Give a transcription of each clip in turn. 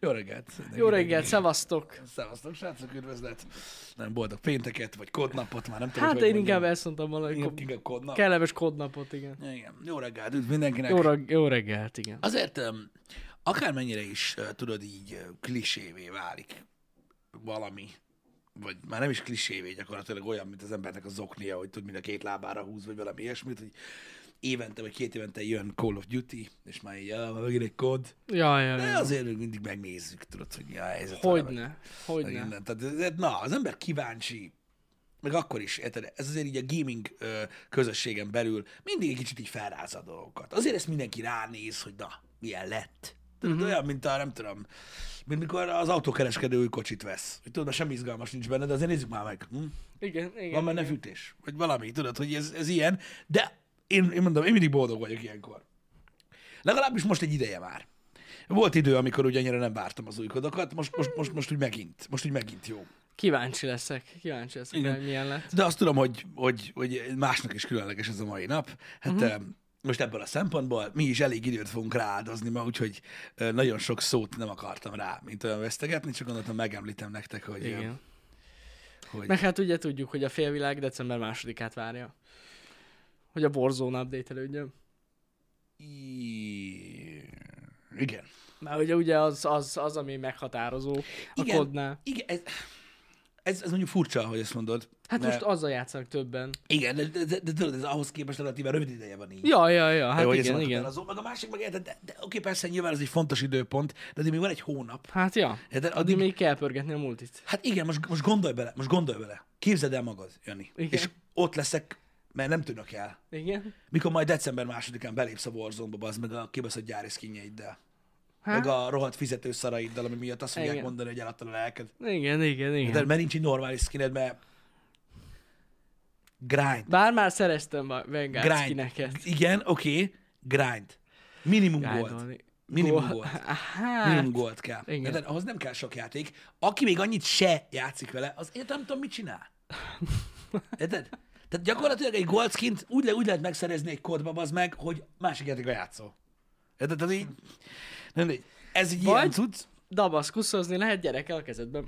Jó reggelt! Jó reggelt, szevasztok! Szevasztok, srácok, üdvözlet! Nem boldog pénteket, vagy kodnapot, már nem tudom, Hát hogy én hogy inkább mondjam. ezt mondtam valami Inkább- ko- inkább kodnap. kellemes kodnapot, igen. Igen. Jó reggelt, üdv mindenkinek! Jó, reg- jó reggelt, igen. Azért öm, akármennyire is, ö, tudod, így ö, klisévé válik valami, vagy már nem is klisévé, gyakorlatilag olyan, mint az embernek a zoknia, hogy tud mind a két lábára húz, vagy valami ilyesmit, hogy évente vagy két évente jön Call of Duty, és már így, ah, megint egy kod. Ja, ja, De ja. azért mindig megnézzük, tudod, hogy mi a helyzet. vele, Hogyne, meg hogyne. innen. Tehát, ez- na, az ember kíváncsi, meg akkor is, érted? Ez azért így a gaming ö, közösségen belül mindig egy kicsit így felrázza a dolgokat. Azért ezt mindenki ránéz, hogy na, milyen lett. Tudod, uh-huh. olyan, mint a, nem tudom, mint mikor az autókereskedő új kocsit vesz. Hogy tudod, már semmi izgalmas nincs benne, de azért nézzük már meg. Hm? Igen, igen. Van benne fűtés, vagy valami, tudod, hogy ez, ez ilyen. De én, én mondom, én mindig boldog vagyok ilyenkor. Legalábbis most egy ideje már. Volt idő, amikor ugye annyira nem vártam az újkodokat, most, most, most, most úgy megint, most úgy megint jó. Kíváncsi leszek, kíváncsi leszek, Igen. hogy milyen lett. De azt tudom, hogy, hogy, hogy másnak is különleges ez a mai nap. Hát uh-huh. most ebből a szempontból mi is elég időt fogunk rááldozni ma, úgyhogy ö, nagyon sok szót nem akartam rá, mint olyan vesztegetni, csak gondoltam megemlítem nektek, hogy, ö, Igen. hogy Meg hát ugye tudjuk, hogy a félvilág december másodikát várja. Hogy a Warzone update elődjön. I- igen. Mert ugye, ugye az, az, az, ami meghatározó a Igen. kodnál. Igen, ez, ez, ez mondjuk furcsa, hogy ezt mondod. Hát mert- most azzal játszanak többen. Igen, de, de, de, de tudod, ez ahhoz képest relatíve rövid ideje van így. Ja, ja, ja, hát hogy ez igen, van igen. meghatározó. Meg a másik meg, de, de, de oké, persze nyilván ez egy fontos időpont, de addig még van egy hónap. Hát ja, De de addig, még kell pörgetni a multit. Hát igen, most, most gondolj bele, most gondolj bele. Képzeld el magad, Jani. Igen. És ott leszek, mert nem tűnök el. Igen? Mikor majd december másodikán belépsz a Warzone-ba, bazd meg a kibaszott gyári skinjeiddel. Hát, Meg a rohadt fizetőszaraiddal, ami miatt azt fogják Igen. mondani, hogy eladtad a lelked. Igen, igen, igen. De mert nincs egy normális skined, mert grind. Bár már szereztem a Vanguard Grind. skineket. Igen, oké, okay. grind. Minimum gold. Grindolni. Minimum Gold. gold. Hát, Minimum gold kell. igen. De ahhoz nem kell sok játék. Aki még annyit se játszik vele, az én nem tudom, mit csinál. Érted? Tehát gyakorlatilag egy gold skint úgy, le, úgy lehet megszerezni egy kodba, az meg, hogy másik játékra játszol. Érted? Tehát így, nem, így. ez egy ilyen Vagy- cucc. dabaszkuszozni lehet gyerekkel a kezedben.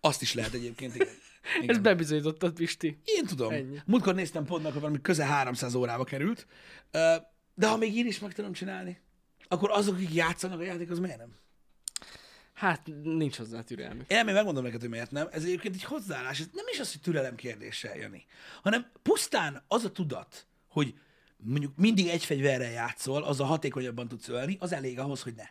Azt is lehet egyébként, igen. igen. Ezt bebizonyítottad, Pisti. Én tudom. Ennyi. Ennyi. Múltkor néztem podnak, hogy valami közel 300 órába került. Ö, De ha még én is meg tudom csinálni, akkor azok, akik játszanak a játék, az miért nem? Hát nincs hozzá türelmük. Én még megmondom neked, hogy miért nem. Ez egyébként egy hozzáállás. Ez nem is az, hogy türelem kérdése, Jani, hanem pusztán az a tudat, hogy mondjuk mindig egy fegyverrel játszol, az a hatékonyabban tudsz ölni, az elég ahhoz, hogy ne.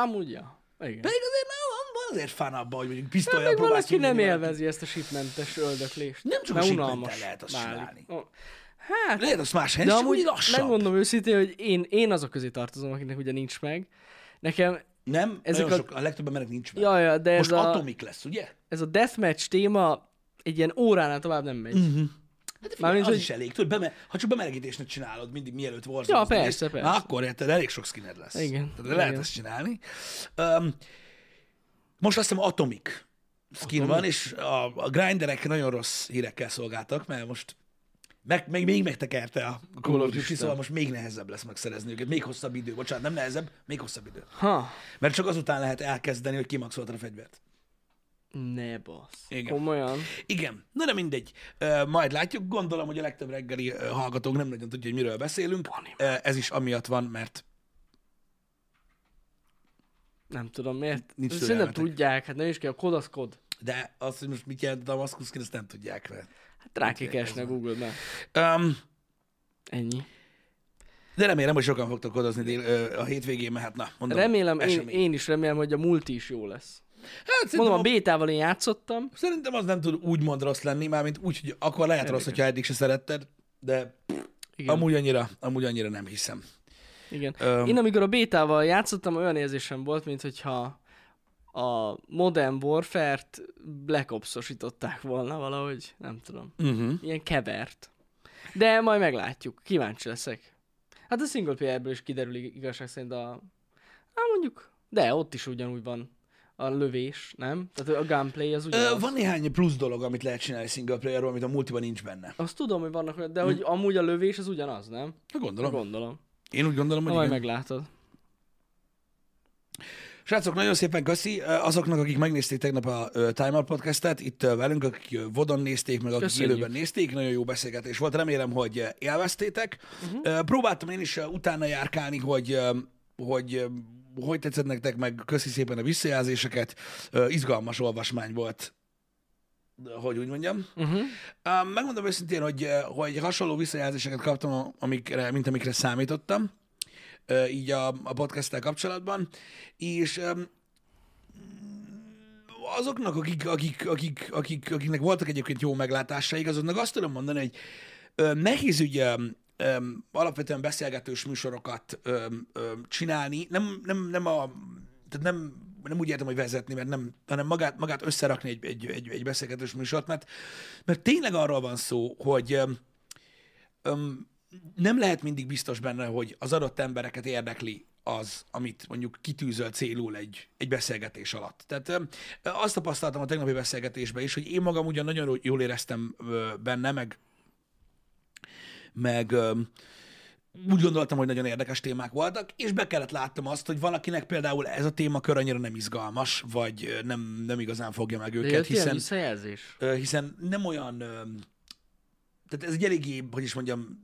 Amúgy ja. Igen. Pedig azért nem, van- van azért fán abban, hogy mondjuk pisztolyjal Meg próbálsz valaki nem nyomni valakit. élvezi ezt a shipmentes öldöklést. Nem csak a Mert shipmenttel unalmas lehet azt válik. csinálni. Ó, Hát, Lehet, azt más helyen, de csak úgy amúgy lassabb. megmondom őszintén, hogy én, én azok közé tartozom, akinek ugye nincs meg. Nekem, Nem, Ezek nagyon a- sok, a legtöbb embernek nincs meg. jaj, ja, de ez Most a, atomik lesz, ugye? ez a deathmatch téma egy ilyen óránál tovább nem megy. Mm. Hát de figyelj, Mármint, az hogy- is elég. Tudod, beme, ha csak bemelegítésnek csinálod mindig, mielőtt warzone Ja, persze, persze. Na, akkor érted, elég sok skined lesz. Igen, Tehát lehet igen. ezt csinálni. Um, most azt hiszem Atomic skin van, és a, a grinderek nagyon rossz hírekkel szolgáltak, mert most meg, meg, még megtekerte a Call of Duty, Úristen. szóval most még nehezebb lesz megszerezni őket. Még hosszabb idő, bocsánat, nem nehezebb, még hosszabb idő. Ha, Mert csak azután lehet elkezdeni, hogy kimaxoltad a fegyvert. ne basz. Igen. Komolyan. Igen, na de mindegy. Ö, Majd látjuk. Gondolom, hogy a legtöbb reggeli ö, hallgatónk nem nagyon tudja, hogy miről beszélünk. Ö, Ez is amiatt van, mert Nem tudom miért. Nincs Nincs nem türelmetek. tudják, hát nem is kell, kodaszkod. de azt, hogy most mit jelent a Damaszkusz, ezt nem tudják vele. Hát rákikesne Ez Google-ben. Um, Ennyi. de remélem, hogy sokan fogtok odazni dél, ö, a hétvégén, mert hát na, mondom. Remélem, én, esemény. én is remélem, hogy a multi is jó lesz. Hát, szerintem, Mondom, a a, bétával én játszottam. szerintem az nem tud úgymond rossz lenni, mármint úgy, hogy akkor lehet rossz, Igen. hogyha eddig se szeretted, de Igen. amúgy annyira, amúgy annyira nem hiszem. Igen. Öm. Én amikor a bétával játszottam, olyan érzésem volt, mint hogyha a Modern Warfare-t Black Ops-osították volna valahogy, nem tudom. Uh-huh. Ilyen kevert. De majd meglátjuk, kíváncsi leszek. Hát a single playerből is kiderül ig- igazság szerint a... Hát mondjuk, de ott is ugyanúgy van a lövés, nem? Tehát a gunplay az ugyanaz. Ö, van néhány plusz dolog, amit lehet csinálni single playerről, amit a multiban nincs benne. Azt tudom, hogy vannak Hm. olyan, de hogy amúgy a lövés az ugyanaz, nem? Gondolom. Gondolom. Én úgy gondolom, Na, hogy majd igen. meglátod. Srácok, nagyon szépen köszi ö, azoknak, akik megnézték tegnap a ö, Time Out podcastet, itt ö, velünk, akik ö, Vodon nézték, meg akik Köszönjük. élőben nézték, nagyon jó beszélgetés volt, remélem, hogy ö, élveztétek. Uh-huh. Próbáltam én is ö, utána járkálni, hogy ö, hogy ö, hogy tetszett nektek, meg köszi szépen a visszajelzéseket. Ö, Izgalmas olvasmány volt, ö, hogy úgy mondjam. Uh-huh. Ám Megmondom őszintén, hogy, eh, hogy hasonló visszajelzéseket kaptam, amikre, mint amikre számítottam, eh, így a, a podcasttel kapcsolatban, és em, azoknak, akik, akik, akik, akik, akiknek voltak egyébként jó meglátásaik, azoknak azt tudom mondani, hogy ö, nehéz ugye öm, alapvetően beszélgetős műsorokat öm, öm, csinálni, nem, nem, nem a tehát nem, nem úgy értem, hogy vezetni, mert nem, hanem magát, magát összerakni egy, egy, egy, egy beszélgetős műsort, mert, mert tényleg arról van szó, hogy öm, öm, nem lehet mindig biztos benne, hogy az adott embereket érdekli az, amit mondjuk kitűzöl célul egy, egy beszélgetés alatt. Tehát öm, azt tapasztaltam a tegnapi beszélgetésben is, hogy én magam ugyan nagyon jól éreztem ö, benne, meg meg öm, úgy gondoltam, hogy nagyon érdekes témák voltak, és be kellett láttam azt, hogy van, akinek például ez a témakör annyira nem izgalmas, vagy ö, nem, nem igazán fogja meg De őket, jött ilyen hiszen, visszajelzés? ö, hiszen nem olyan, öm, tehát ez egy eléggé, hogy is mondjam,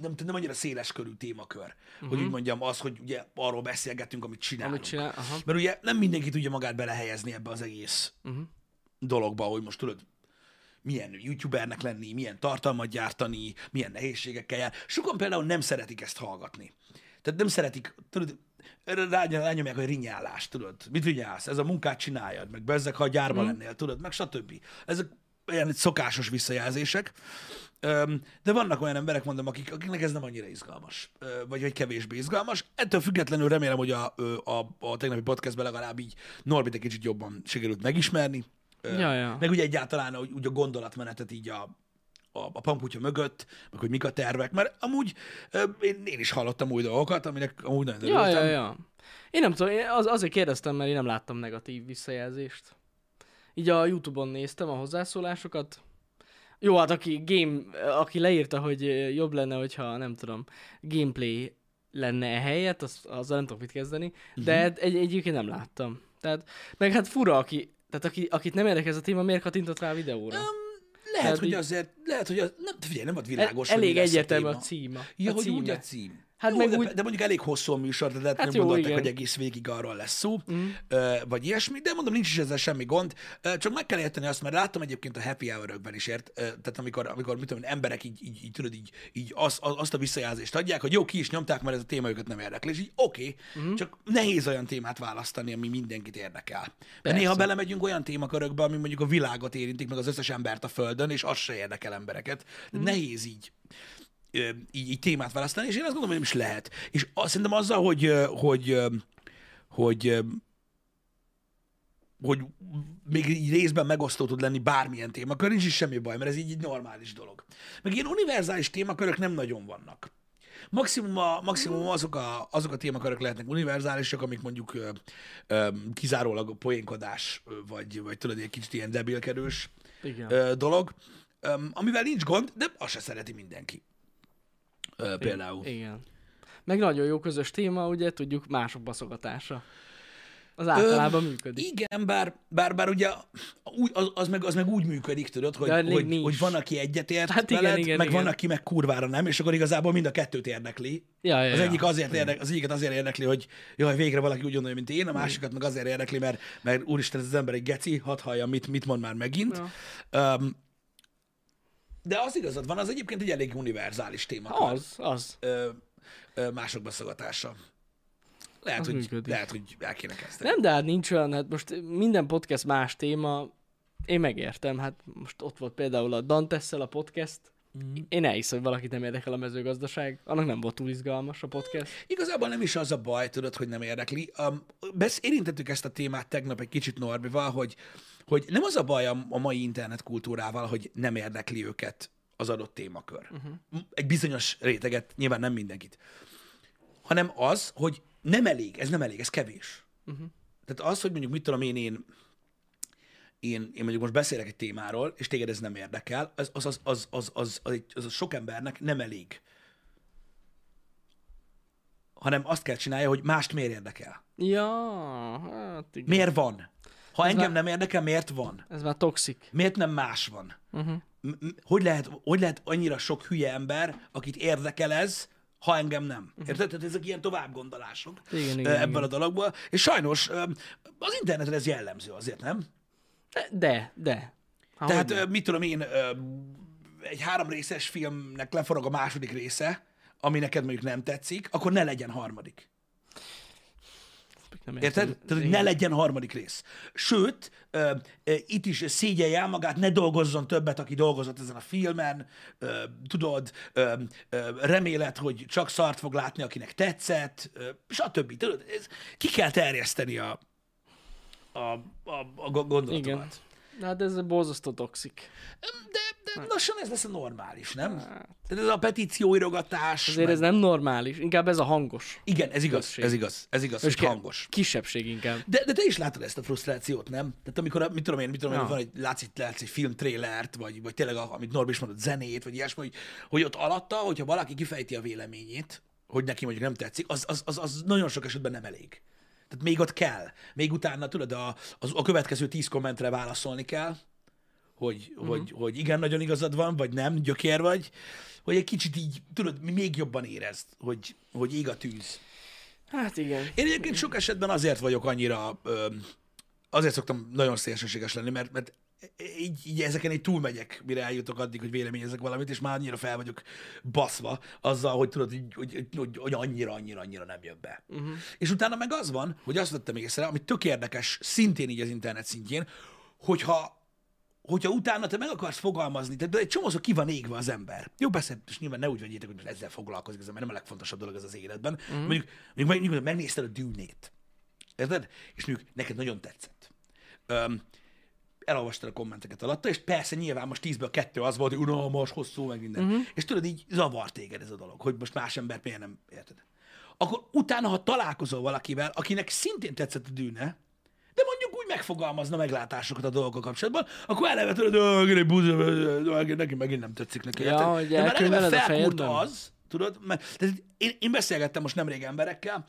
nem, nem annyira széles körű témakör, uh-huh. hogy úgy mondjam, az, hogy ugye arról beszélgetünk, amit csinálunk. Mhm. Amit csinál? Aha. Mert ugye nem mindenki tudja magát belehelyezni ebbe az egész Mhm. uh-huh. dologba, hogy most tudod, milyen youtubernek lenni, milyen tartalmat gyártani, milyen nehézségekkel jár. Sokan például nem szeretik ezt hallgatni. Tehát nem szeretik, tudod, erre rány- rányomják, hogy rinyálás, tudod, mit rinyálsz, ez a munkát csináljad, meg bezzeg, ha a gyárban Mhm. mm. lennél, tudod, meg stb. Ezek olyan szokásos visszajelzések. Öm, De vannak olyan emberek, mondom, akik, akiknek ez nem annyira izgalmas, ö, vagy hogy kevésbé izgalmas. Ettől függetlenül remélem, hogy a, ö, a, a tegnapi podcastben legalább így Norbit egy kicsit jobban sikerült megismerni. Ö, Ja, ja. Meg ugye egyáltalán úgy, úgy a gondolatmenetet így a, a, a pamputya mögött, meg hogy mik a tervek, mert amúgy ö, én, én is hallottam új dolgokat, aminek amúgy nagyon Ja, örültem. ja, ja. Én nem tudom, én az, azért kérdeztem, mert én nem láttam negatív visszajelzést. Így a Youtube-on néztem a hozzászólásokat. Jó, hát aki game, aki leírta, hogy jobb lenne, hogyha nem tudom, gameplay lenne e helyett, az, azzal nem tudok mit kezdeni, de Mhm. uh-huh. egy, egyébként nem láttam. Tehát, meg hát fura, aki, tehát aki, akit nem érdekel ez a téma, miért kattintott rá a videóra? Lehet, Tehát hogy így- azért, lehet, hogy az, nem, figyelj, nem volt El, világos, hogy mi E, elég lesz egyértelmű a téma. címa. Ja, a hogy címe. úgy a cím. Hát jó, meg de, úgy- de mondjuk elég hosszú a műsor, de lehet, hát Hát nem jó, gondolták, igen. hogy egész végig arról lesz szó, mm. vagy ilyesmi, de mondom, nincs is ezzel semmi gond, Ö, csak meg kell érteni azt, mert láttam egyébként a happy hour is, ért, Ö, tehát amikor, amikor mit tudom, én, emberek így, így, így tudod, így, így az, az, azt a visszajelzést adják, hogy jó, ki is nyomták, mert ez a téma őket nem érdekli, és így oké, okay, mm. csak nehéz olyan témát választani, ami mindenkit érdekel. Mert Persze. néha belemegyünk olyan témakörökbe, ami mondjuk a világot érintik, meg az összes embert a földön, és az se érdekel embereket. Mm. Nehéz így ö, így, így témát választani, és én azt gondolom, hogy nem is lehet. És azt szerintem azzal, hogy, ö, hogy, ö, hogy, ö, hogy még így részben megosztó tud lenni bármilyen témakör, nincs is semmi baj, mert ez így egy normális dolog. Meg ilyen univerzális témakörök nem nagyon vannak. Maximum, a, maximum azok, a, azok a témakörök lehetnek univerzálisak, amik mondjuk ö, ö, kizárólag a poénkodás, ö, vagy, vagy tudod, egy kicsit ilyen debilkedős Igen. ö, dolog, ö, amivel nincs gond, de azt se szereti mindenki. Ö, például. Igen. Meg nagyon jó közös téma, ugye, tudjuk, mások baszogatása. Az Ö, általában működik. Igen, bár, bár, bár ugye úgy, az, az, meg, az meg úgy működik, tudod, hogy, De elég hogy, nincs. hogy van, aki egyetért hát Hát igen, veled, igen, igen, meg igen. van, aki meg kurvára nem, és akkor igazából mind a kettőt érdekli. Ja, ja, Az, ja. egyik azért érdekli, az egyiket azért érdekli, hogy jaj, végre valaki úgy gondolja, mint én, a másikat meg azért érdekli, mert, mert úristen, ez az ember egy geci, hadd hallja, mit, mit mond már megint. Ja. Um, de az igazad van, az egyébként egy elég univerzális téma Az, az. ö, ö, mások beszogatása. Lehet, Az hogy, működik. lehet, hogy el kéne kezdeni. Nem, de hát nincs olyan, hát most minden podcast más téma, én megértem, hát most ott volt például a Dantessel a podcast, Mhm. én elhiszem, hogy valakit nem érdekel a mezőgazdaság, annak nem volt túl izgalmas a podcast. Igazából nem is az a baj, tudod, hogy nem érdekli. Um, besz, érintettük ezt a témát tegnap egy kicsit Norbival, hogy, hogy nem az a baj a, a mai internetkultúrával, hogy nem érdekli őket az adott témakör. Uh-huh. Egy bizonyos réteget, nyilván nem mindenkit. Hanem az, hogy nem elég, ez nem elég, ez kevés. Uh-huh. Tehát az, hogy mondjuk mit tudom én, én én, én mondjuk most beszélek egy témáról, és téged ez nem érdekel, az az, az, az, az, az, az, egy- az, az sok embernek nem elég hanem azt kell csinálja, hogy mást miért érdekel. Ja, hát igen. Miért van? Ha Ez engem már- nem érdekel, miért van? Ez már toxik. Miért nem más van? Uh-huh. M- m- Hogy lehet, hogy lehet annyira sok hülye ember, akit érdekel ez, ha engem nem? Érted? Tehát ezek ilyen továbbgondolások Mhm. Igen, ö, igen, ebben igen. a dologban. És sajnos ö, az internetre ez jellemző azért, nem? De, de. Há, Tehát hogyne. ö, mit tudom én, ö, egy három részes filmnek leforog a második része, ami neked mondjuk nem tetszik, akkor ne legyen harmadik. nem Érted? értem. Tehát, hogy Igen. ne legyen harmadik rész. Sőt, ö, ö, itt is szégyelje el magát, ne dolgozzon többet, aki dolgozott ezen a filmen, ö, tudod, ö, ö, remélet, hogy csak szart fog látni, akinek tetszett, ö, stb. Tudod, ez, ki kell terjeszteni a, a, a, a go- gondolatokat. Igen. De hát ez borzasztó toxik. De, de Hát. lassan ez lesz a normális, nem? Tehát ez a petícióirogatás. Azért meg- ez nem normális, inkább ez a hangos. Igen, ez igaz, közösség. ez igaz, ez igaz, hogy Ki- hangos. Kisebbség inkább. De, de te is látod ezt a frusztrációt, nem? Tehát amikor, a- mit tudom én, mit tudom én, Ja. van egy, látsz, itt- látsz egy filmtrélert, vagy, vagy tényleg, a- amit Norbi is mondott, zenét, vagy ilyesmi, hogy, hogy ott alatta, hogyha valaki kifejti a véleményét, hogy neki mondjuk nem tetszik, az, az, az, az nagyon sok esetben nem elég. Tehát még ott kell. Még utána, tudod, a, az, a következő tíz kommentre válaszolni kell, hogy, uh-huh. hogy, hogy igen, nagyon igazad van, vagy nem, gyökér vagy, hogy egy kicsit így, tudod, még jobban érezd, hogy, hogy ég a tűz. Hát igen. Én egyébként sok esetben azért vagyok annyira, öm, azért szoktam nagyon szélsőséges lenni, mert, mert így, így ezeken így túlmegyek, mire eljutok addig, hogy véleményezek valamit, és már annyira fel vagyok baszva azzal, hogy tudod, így, hogy, hogy, hogy, hogy annyira, annyira, annyira nem jön be. Uh-huh. És utána meg az van, hogy azt vettem észre, ami tök érdekes, szintén így az internet szintjén, hogyha hogyha utána te meg akarsz fogalmazni, tehát egy csomószor ki van égve az ember. Jó, persze, és nyilván ne úgy vegyétek, hogy most ezzel foglalkozik az ember, nem a legfontosabb dolog ez az életben. Mm. Mondjuk, mondjuk, meg- mondjuk, megnézted a dűnét, érted? És mondjuk neked nagyon tetszett. Öm, elolvastad a kommenteket alatta, és persze nyilván most tízből kettő az volt, hogy unalmas, hosszú, meg minden. Uh-huh. És tudod, így zavar téged ez a dolog, hogy most más embert miért nem érted. Akkor utána, ha találkozol valakivel, akinek szintén tetszett a dűne, de mondjuk úgy megfogalmazna meglátásokat a dolgok kapcsolatban, akkor eleve tudod, hogy egy buzz, ö, neki megint nem tetszik neki. Ja, érted? hogy De már eleve elkönyveled a felkúrt fejedben. az, tudod, mert tehát én, én beszélgettem most nemrég emberekkel,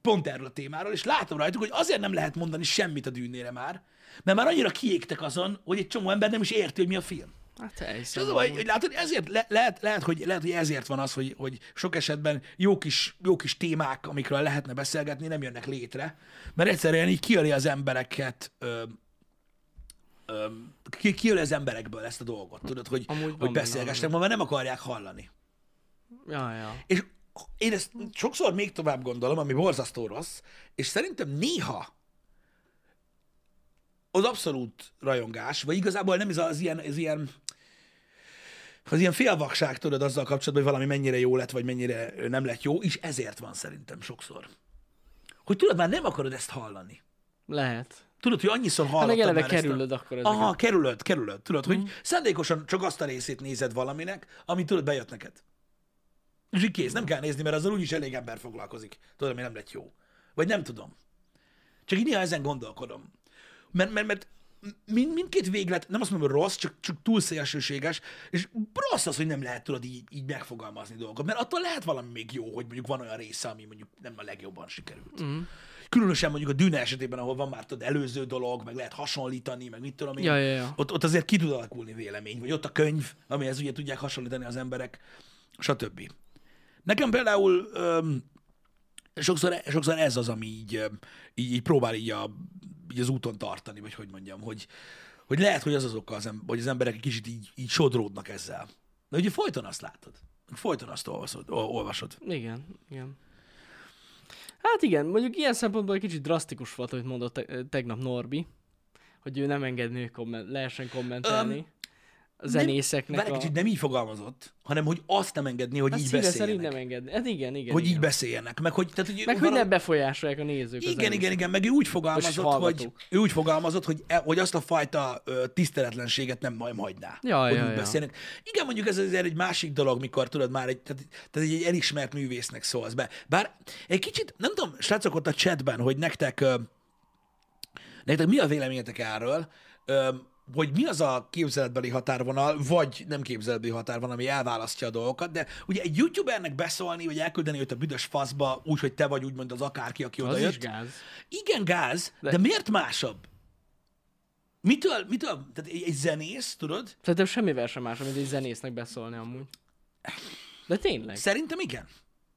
pont erről a témáról, és látom rajtuk, hogy azért nem lehet mondani semmit a dűnére már, mert már annyira kiégtek azon, hogy egy csomó ember nem is érti, hogy mi a film. Hát elhiszem. És az a baj, hogy látod, ezért le, lehet, lehet, hogy, lehet, hogy ezért van az, hogy, hogy sok esetben jó kis, jó kis témák, amikről lehetne beszélgetni, nem jönnek létre, mert egyszerűen így kiöli az embereket, ö, ö, ki, kiöli az emberekből ezt a dolgot, tudod, hogy, Amúgy van hogy benne beszélgessenek, ma, mert nem akarják hallani. Ja, ja. És én ezt sokszor még tovább gondolom, ami borzasztó rossz, és szerintem néha az abszolút rajongás, vagy igazából nem ez az ilyen, ez ilyen az ilyen félvakság, tudod, azzal kapcsolatban, hogy valami mennyire jó lett, vagy mennyire ö, nem lett jó, és ezért van szerintem sokszor. Hogy tudod, már nem akarod ezt hallani. Lehet. Tudod, hogy annyiszor hallottam Hát meg eleve már ezt a- kerülöd akkor ezeket. Mhm. Aha, kerülöd, kerülöd. Tudod, hogy szándékosan csak azt a részét nézed valaminek, amit tudod, bejött neked. És így kész, nem kell nézni, mert azzal úgyis elég ember foglalkozik. Tudod, ami nem lett jó. Vagy nem tudom. Csak így néha ezen gondolkodom. Mert, mert, mert mind, mindkét véglet, nem azt mondom, hogy rossz, csak, csak túl szélsőséges, és rossz az, hogy nem lehet tudod így, így megfogalmazni dolgokat, mert attól lehet valami még jó, hogy mondjuk van olyan része, ami mondjuk nem a legjobban sikerült. Mm. Különösen mondjuk a dűne esetében, ahol van már tudod, előző dolog, meg lehet hasonlítani, meg mit tudom én, Ja, ja, ja. Ott, ott azért ki tud alakulni vélemény, vagy ott a könyv, amihez ugye tudják hasonlítani az emberek, stb. Nekem például öm, sokszor, e, sokszor ez az, ami így, öm, így, így próbál így, a, így az úton tartani, vagy hogy mondjam, hogy, hogy lehet, hogy az az oka, az em- hogy az emberek egy kicsit így, így sodródnak ezzel. De ugye folyton azt látod. Folyton azt olvasod. ol- olvasod. Igen, igen. Hát igen, mondjuk ilyen szempontból egy kicsit drasztikus volt, amit mondott te- tegnap Norbi, hogy ő nem engedné, hogy komment- lehessen kommentelni um, a zenészeknek Várj, a... kicsit nem így fogalmazott, hanem hogy azt nem engedni, hogy hát így szíve szerint beszéljenek. nem engedné. Hát igen, igen. Hogy igen. így beszéljenek. Meg hogy, tehát, hogy Meg hogy ne befolyásolják a nézők. az Igen, zenét. igen, igen, meg ő úgy fogalmazott, hogy, hallgatók. ő úgy fogalmazott, hogy, e- hogy azt a fajta ö, tiszteletlenséget nem majd hagyná. Ja, hogy ja, úgy ja. beszélnek. Igen, mondjuk ez azért egy másik dolog, mikor tudod már egy, tehát, tehát egy, egy elismert művésznek szólsz be. Bár egy kicsit, nem tudom, srácok ott a chatben, hogy nektek, ö, nektek mi a véleményetek erről, Ö, hogy mi az a képzeletbeli határvonal, vagy nem képzeletbeli határvonal, ami elválasztja a dolgokat, de ugye egy youtubernek beszólni, vagy elküldeni őt a büdös faszba, úgy, hogy te vagy úgymond az akárki, aki Az oda is jött. gáz. Igen, gáz, de, de De- miért másabb? Mitől, mitől, tehát egy, egy zenész, tudod? Szerintem semmivel sem más, mint egy zenésznek beszólni amúgy. De tényleg, Szerintem igen.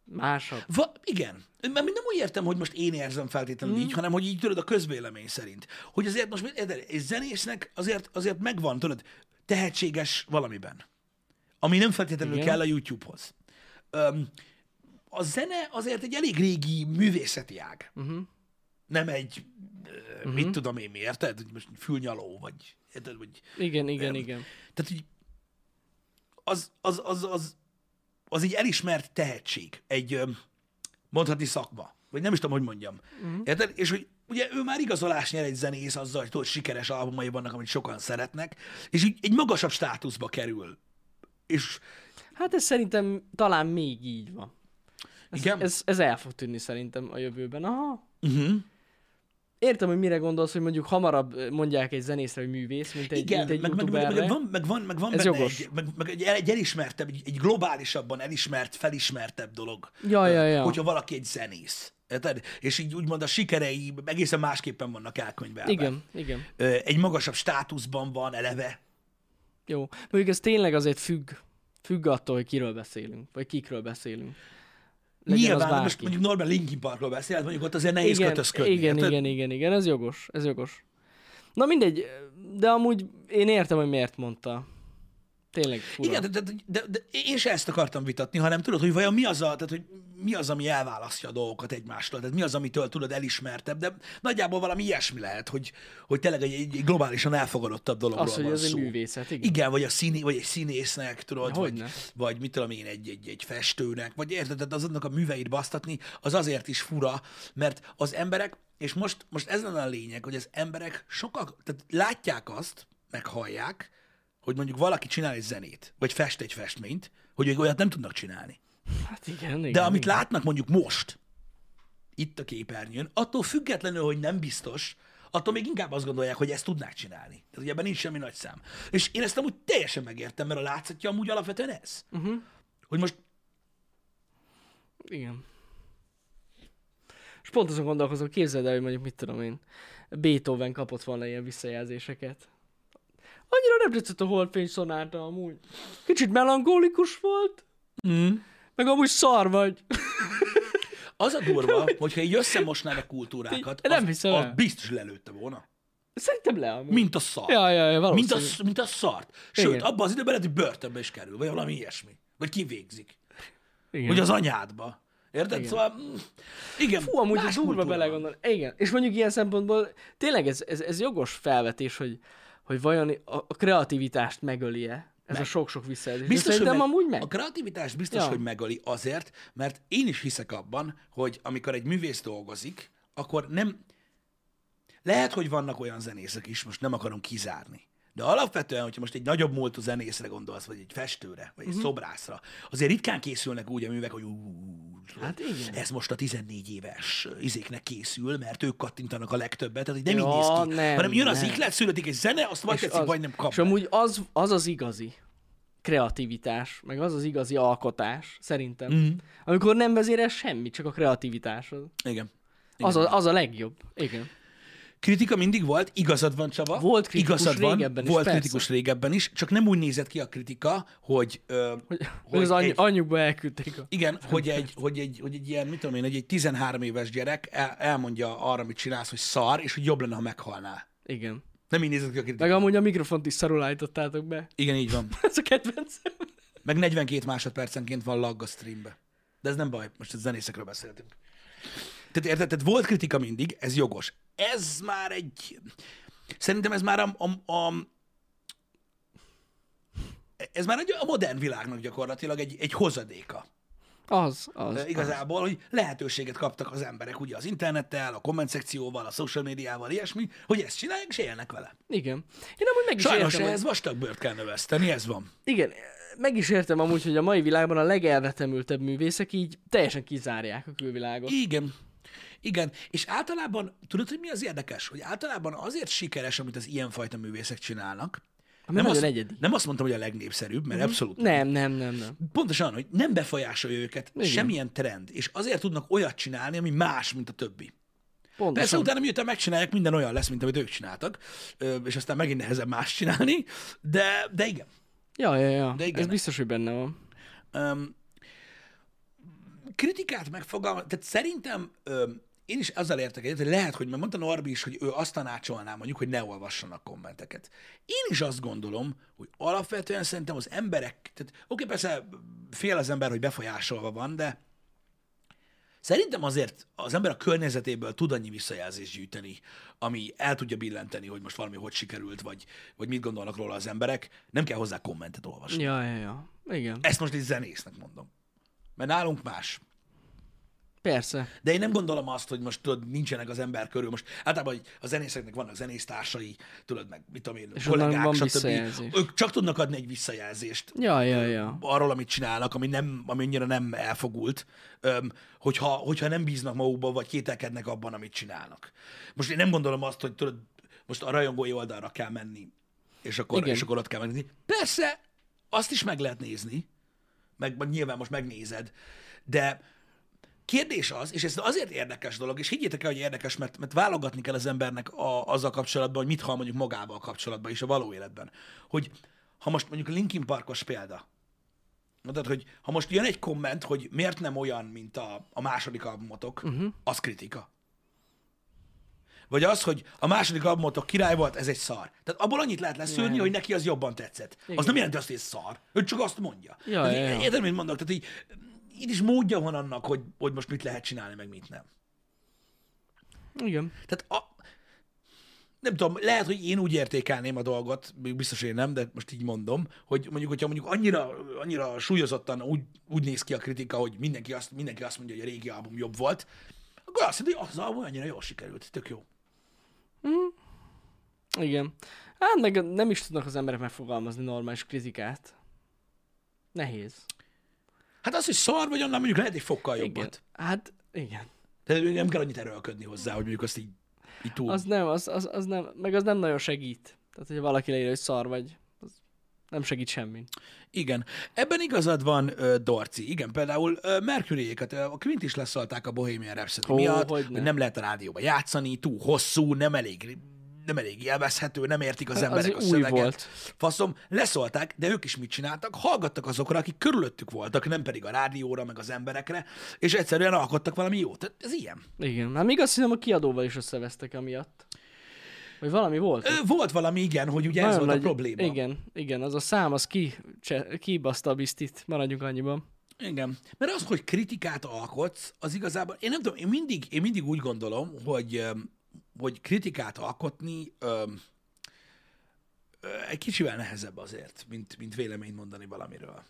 másabb. Va, igen. Mert még nem úgy értem, hogy most én érzem feltétlenül mm. így, hanem hogy így tudod a közvélemény szerint. Hogy azért most, érted, egy zenésznek azért, azért megvan, tudod, tehetséges valamiben. Ami nem feltétlenül Igen. kell a YouTube-hoz. Öm, a zene azért egy elég régi művészeti ág. Uh-huh. Nem egy, uh-huh. mit tudom én mi, érted? Hogy most fülnyaló, vagy, érted, vagy Igen, igen, igen. tehát, hogy az, az, az, az, az egy elismert tehetség, egy ö, mondhatni szakma, vagy nem is tudom, hogy mondjam. Mhm. Mm. Érted? És hogy ugye ő már igazolás nyer egy zenész azzal, hogy tudod, sikeres albumai vannak, amit sokan szeretnek, és így egy magasabb státuszba kerül. És Hát ez szerintem talán még így van. Ez, Igen? Ez, ez el fog tűnni szerintem a jövőben. Aha. uh-huh. Értem, hogy mire gondolsz, hogy mondjuk hamarabb ö, mondják egy zenészre, hogy művész, mint egy, igen, mint egy meg, meg, meg, youtuberre. meg, van, meg van, meg van Ez benne jogos. egy, meg, meg egy, egy elismertebb, egy, egy globálisabban elismert, felismertebb dolog. Ja, ja, ja. hogyha valaki egy zenész. Érted? És így úgymond a sikerei egészen másképpen vannak elkönyvelve. Igen, igen. Ö, Egy magasabb státuszban van eleve. Jó. Mondjuk ez tényleg azért függ. Függ attól, hogy kiről beszélünk, vagy kikről beszélünk. Legyen Nyilván, most az bárki. mondjuk Norman Linkin Parkról beszél, hát mondjuk ott azért nehéz igen, kötözködni. igen, érted? igen, igen, igen, ez jogos, ez jogos. Na mindegy, de amúgy én értem, hogy miért mondta. Tényleg fura. Igen, de, de, de, de én se ezt akartam vitatni, hanem tudod, hogy vajon mi az, a, tehát, hogy mi az, ami elválasztja a dolgokat egymástól, tehát mi az, amitől tudod elismertebb, de nagyjából valami ilyesmi lehet, hogy, hogy tényleg egy, egy globálisan elfogadottabb dologról az, hogy van ez szó. egy művészet, igen. Igen, vagy, a színé, vagy egy színésznek, tudod, Hogyne. vagy, vagy mit tudom én, egy, egy, egy festőnek, vagy érted, tehát azoknak a műveit basztatni, az azért is fura, mert az emberek, és most, most ez lenne a lényeg, hogy az emberek sokak, tehát látják azt, meg hallják, hogy mondjuk valaki csinál egy zenét, vagy fest egy festményt, hogy ők olyat nem tudnak csinálni. Hát igen, igen. De amit igen. látnak mondjuk most, itt a képernyőn, attól függetlenül, hogy nem biztos, attól még inkább azt gondolják, hogy ezt tudnák csinálni. Tehát ugye ebben nincs semmi nagy szám. És én ezt amúgy teljesen megértem, mert a látszatja amúgy alapvetően ez. Uh-huh. Mhm. Hogy most Igen. És pont azon gondolkozom, képzeld el, hogy mondjuk mit tudom én, Beethoven kapott volna ilyen visszajelzéseket. Annyira nem tetszett a holdfény szonáta amúgy. Kicsit melankolikus volt. Mm. Meg amúgy szar vagy. az a durva, hogyha így összemosnál a kultúrákat, Nem az, hiszem az el. biztos lelőtte volna. Szerintem le amúgy. Mint a szar. Ja, ja, ja, mint, a, valószínű. sz- mint a szart. Sőt, Igen. abban az időben lehet, hogy börtönbe is kerül, vagy valami ilyesmi. Vagy kivégzik. Igen. Vagy az anyádba. Érted? Igen. Igen. Szóval, mm, igen. Fú, amúgy más ez durva kultúra van. belegondolni. Igen, és mondjuk ilyen szempontból tényleg ez, ez, ez jogos felvetés, hogy, hogy vajon a, a kreativitást megöli-e ez a sok-sok visszajelzés. Biztos, Biztos, de hogy szerintem meg, amúgy meg. A kreativitás biztos, ja. Ja. hogy megöli azért, mert én is hiszek abban, hogy amikor egy művész dolgozik, akkor nem... Lehet, hogy vannak olyan zenészek is, most nem akarom kizárni. De alapvetően, hogyha most egy nagyobb múltú zenészre gondolsz, vagy egy festőre, vagy egy Mhm. uh-huh. szobrászra, azért ritkán készülnek úgy a művek, hogy ú, Hát igen. ez most a 14 éves izéknek készül, mert ők kattintanak a legtöbbet, tehát hogy nem Ja, így néz ki, nem, hanem jön az nem. iklet, születik egy zene, azt vagy És tetszik, az- vagy nem kap. És amúgy az, az az igazi kreativitás, meg az az igazi alkotás, szerintem. Mm. Mhm. Amikor nem vezérel semmi, csak a kreativitás. Az, Igen. az, a, az a legjobb. Igen. Kritika mindig volt, igazad van, Csaba. Volt kritikus igazad van, régebben is, Volt persze. kritikus régebben is, csak nem úgy nézett ki a kritika, hogy... Ö, hogy, Hogy az any, egy, anyjukba elküldték a... igen, hogy egy, hogy, egy, hogy egy ilyen, mit tudom én, egy, egy 13 éves gyerek el, elmondja arra, amit csinálsz, hogy szar, és hogy jobb lenne, ha meghalnál. Igen. Nem így nézett ki a kritika. Meg amúgy a mikrofont is szarul állítottátok be. Igen, így van. Ez a kedvencem. Meg 42 másodpercenként van lag a streambe. De ez nem baj, most a zenészekről beszéltünk. Tehát érted, tehát volt kritika mindig, ez jogos. Ez már egy... Szerintem ez már a... a, a ez már egy, a modern világnak gyakorlatilag egy, egy hozadéka. Az, az. Az, igazából, hogy lehetőséget kaptak az emberek ugye az internettel, a komment szekcióval, a social médiával, ilyesmi, hogy ezt csinálják, és élnek vele. Igen. Én amúgy meg is Sajnos értem, ez vastag bőrt kell növeszteni, ez van. hogy- Igen, meg is értem amúgy, hogy a mai világban a legelvetemültebb művészek így teljesen kizárják a külvilágot. Igen. Igen, és általában, tudod, hogy mi az érdekes? Hogy általában azért sikeres, amit az ilyenfajta művészek csinálnak. nagyon azt, egyedi. Mhm. nem azt mondtam, hogy a legnépszerűbb, mert abszolút Nem, nem, nem, nem. Pontosan, hogy nem befolyásolja őket Igen. semmilyen trend, és azért tudnak olyat csinálni, ami más, mint a többi. Pontosan. Persze utána, miután megcsinálják, minden olyan lesz, mint amit ők csináltak, ö, és aztán megint nehezebb más csinálni, de, de igen. Ja, ja, ja. De De igen. igen. Ez biztos, hogy benne van. Öm, kritikát megfogalmazni, tehát szerintem öm, én is azzal értek egyet, hogy lehet, hogy mert mondta Norbi is, hogy ő azt tanácsolná mondjuk, hogy ne olvassanak kommenteket. Én is azt gondolom, hogy alapvetően szerintem az emberek, tehát oké, persze fél az ember, hogy befolyásolva van, de Szerintem azért az ember a környezetéből tud annyi visszajelzést gyűjteni, ami el tudja billenteni, hogy most valami hogy sikerült, vagy, vagy mit gondolnak róla az emberek. Nem kell hozzá kommentet olvasni. Ja, ja, ja. Igen. Ezt most egy zenésznek mondom. Mert nálunk más. Persze. De én nem gondolom azt, hogy most tudod, nincsenek az ember körül. Most általában hogy a zenészeknek vannak zenésztársai, tudod meg, mit tudom én, És onnan kollégák, van stb. visszajelzés. Ők csak tudnak adni egy visszajelzést Ja, ja, ja. arról, amit csinálnak, ami, nem, ami annyira nem elfogult, öm, hogyha, hogyha nem bíznak magukba, vagy kételkednek abban, amit csinálnak. Most én nem gondolom azt, hogy tudod, most a rajongói oldalra kell menni, és akkor, Igen. és akkor ott kell menni. Persze, azt is meg lehet nézni, meg, meg nyilván most megnézed, de kérdés az, és ez azért érdekes dolog, és higgyétek el, hogy érdekes, mert, mert válogatni kell az embernek a, azzal kapcsolatban, hogy mit hall mondjuk magával kapcsolatban és a való életben. Hogy ha most mondjuk Linkin Parkos példa, Mondod, hogy ha most jön egy komment, hogy miért nem olyan, mint a, a második albumotok, Mhm. uh-huh. az kritika. Vagy az, hogy a második albumotok király volt, ez egy szar. Tehát abból annyit lehet leszűrni, hogy neki az jobban tetszett. Igen. Az nem jelenti azt, hogy ez szar. Ő csak azt mondja. Ja, Tehát ja, í- ja. Érted, mit mondok? Tehát így, így is módja van annak, hogy, hogy most mit lehet csinálni, meg mit nem. Igen. Tehát a... Nem tudom, lehet, hogy én úgy értékelném a dolgot, még biztos én nem, de most így mondom, hogy mondjuk, hogyha mondjuk annyira, annyira súlyozottan úgy, úgy néz ki a kritika, hogy mindenki azt, mindenki azt mondja, hogy a régi album jobb volt, akkor azt mondja, hogy az album annyira jól sikerült, tök jó. Igen. Hát meg nem is tudnak az emberek megfogalmazni normális kritikát. Nehéz. Hát az, hogy szar vagy, annál mondjuk lehet egy fokkal jobb Igen. volt. Hát igen. Tehát nem kell annyit erőlködni hozzá, hogy mondjuk azt így, így túl. Az Az... nem, az, az, az nem, meg az nem nagyon segít. Tehát, hogyha valaki leírja, hogy szar vagy, az nem segít semmin. Igen. Ebben igazad van, uh, Dorci. Igen, például uh, Mercury-éket, ö, a Quint is leszalták a Bohemian Rhapsody Ó, miatt, hogyne. hogy nem lehet a rádióban játszani, túl hosszú, nem elég nem elég élvezhető, nem értik az Hát az emberek a új szöveget. volt. Faszom, leszólták, de ők is mit csináltak? Hallgattak azokra, akik körülöttük voltak, nem pedig a rádióra, meg az emberekre, és egyszerűen alkottak valami jót. Tehát Ez ilyen. Igen. Hát még azt hiszem, a kiadóval is összevesztek emiatt. Vagy valami volt. Ö, Volt valami, igen, hogy ugye ez Nagyon volt a nagy- probléma. Igen, igen, az a szám, az ki, cse, kibaszta a biztit, maradjunk annyiban. Igen. Mert az, hogy kritikát alkotsz, az igazából, én nem tudom, én mindig, én mindig úgy gondolom, hogy, öm, hogy kritikát alkotni öm, ö, egy kicsivel nehezebb azért, mint, mint véleményt mondani valamiről.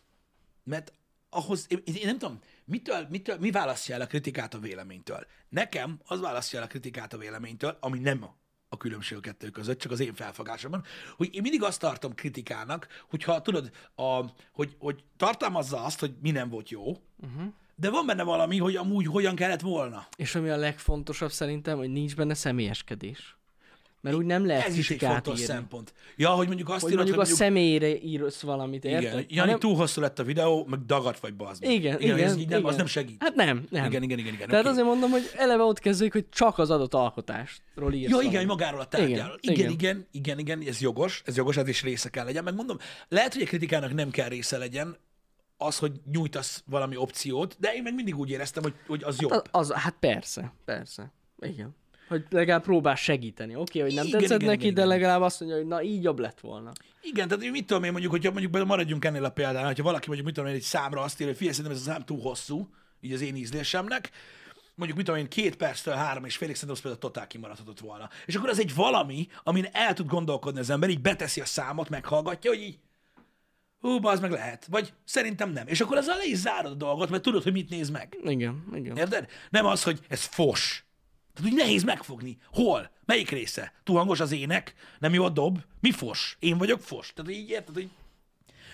Mert ahhoz, én, én nem tudom, mitől, mitől, mi választja el a kritikát a véleménytől? Nekem az választja el a kritikát a véleménytől, ami nem a- a különbség a kettő között, csak az én felfogásomban, hogy én mindig azt tartom kritikának, hogyha tudod, a, hogy, hogy tartalmazza azt, hogy mi nem volt jó, Mhm. uh-huh. de van benne valami, hogy amúgy hogyan kellett volna. És ami a legfontosabb szerintem, hogy nincs benne személyeskedés. Mert úgy nem lehet Ez is egy kritikát fontos írni. szempont. Ja, hogy mondjuk azt Hogy írod, mondjuk a hogy mondjuk, személyre írsz valamit, érted? igen, Ha Jani, nem- túl hosszú lett a videó, meg dagadt vagy bazd meg. igen, ja, igen, ez így nem, igen. az nem segít. Hát nem, nem. Igen, igen, igen, igen. Tehát oké. azért mondom, hogy eleve ott kezdődik, hogy csak az adott alkotásról írsz Ja, valamit. igen, hogy magáról a tárgyáról. Igen Igen, igen, igen, igen, igen, ez jogos, ez jogos, ez is része kell legyen. Megmondom, lehet, hogy a kritikának nem kell része legyen az, hogy nyújtasz valami opciót, de én meg mindig úgy éreztem, hogy, hogy az jobb. Az, az, hát persze, persze. Igen. Hogy legalább próbál segíteni. Oké, hogy Igen, nem igen, igen, tetszett igen, neki, igen, igen, de igen. legalább azt mondja, hogy na így jobb lett volna. Igen, tehát mit tudom én mondjuk, hogyha mondjuk maradjunk ennél a példánál, hogyha valaki mondjuk, mit tudom én, egy számra azt írja, hogy figyelj, szerintem ez a szám túl hosszú, így az én ízlésemnek, mondjuk mit tudom én, két perctől három és félig szerintem az például totál kimaradhatott volna. És akkor az egy valami, amin el tud gondolkodni az ember, így beteszi a számot, meghallgatja, hogy így, hú, az meg lehet, vagy szerintem nem. És akkor azzal le is zárod a dolgot, mert tudod, hogy mit néz meg. Igen, igen. Érted? Nem az, hogy ez fos. Tehát úgy nehéz megfogni. Hol? Melyik része? Túl hangos az ének? Nem jó a dob? Mi fos? Én vagyok fos. Tehát így érted, hogy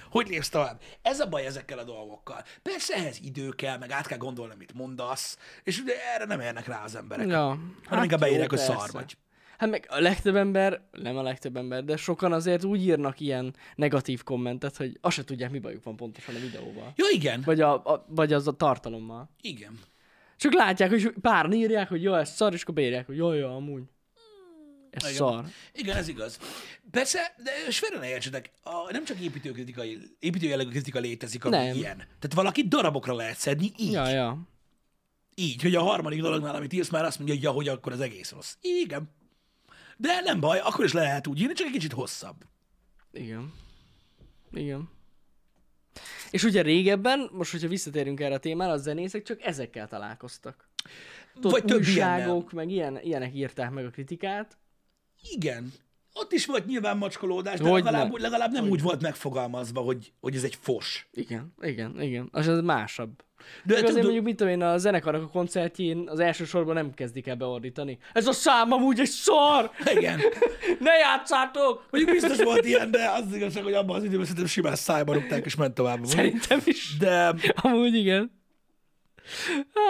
hogy lépsz tovább. Ez a baj ezekkel a dolgokkal. Persze ehhez idő kell, meg át kell gondolni, mit mondasz, és ugye erre nem érnek rá az emberek. Ja, hát Hanem inkább jó, beírják, hogy persze. szar vagy. Hát meg a legtöbb ember, nem a legtöbb ember, de sokan azért úgy írnak ilyen negatív kommentet, hogy azt se tudják, mi bajuk van pontosan a videóval. Ja, igen. Vagy, a, a, vagy az a tartalommal. Igen. Csak látják, hogy pár írják, hogy jó, ez szar, és akkor beírják, hogy jaj, jaj, amúgy. Ez Igen. szar. Igen, ez igaz. Persze, de és félre ne értsetek, a, nem csak építőkritikai, építőjellegű kritika létezik, ami Nem. ilyen. Tehát valaki darabokra lehet szedni így. Ja, ja. Így, hogy a harmadik dolognál, amit írsz, már azt mondja, hogy ja, hogy akkor az egész rossz. Igen. De nem baj, akkor is le lehet úgy írni, csak egy kicsit hosszabb. Igen. Igen. És ugye régebben, most hogyha visszatérünk erre a témára, a zenészek csak ezekkel találkoztak. Tudod, Vagy Vagy több újságok, meg ilyen, ilyenek írták meg a kritikát. Igen. Ott is volt nyilván macskolódás, de Hogyne. legalább, legalább nem úgy volt megfogalmazva, hogy, hogy ez egy fos. Igen, igen, igen. Az az másabb. De De azért tudod- mondjuk, mit tudom én, a zenekarnak a koncertjén az első sorban nem kezdik el beordítani. Ez a szám amúgy egy szar! Igen. Ne játszátok! Mondjuk biztos volt ilyen, de az az igazság, hogy abban az időben szerintem simán szájba rúgták, és ment tovább. Szerintem is. De Amúgy igen.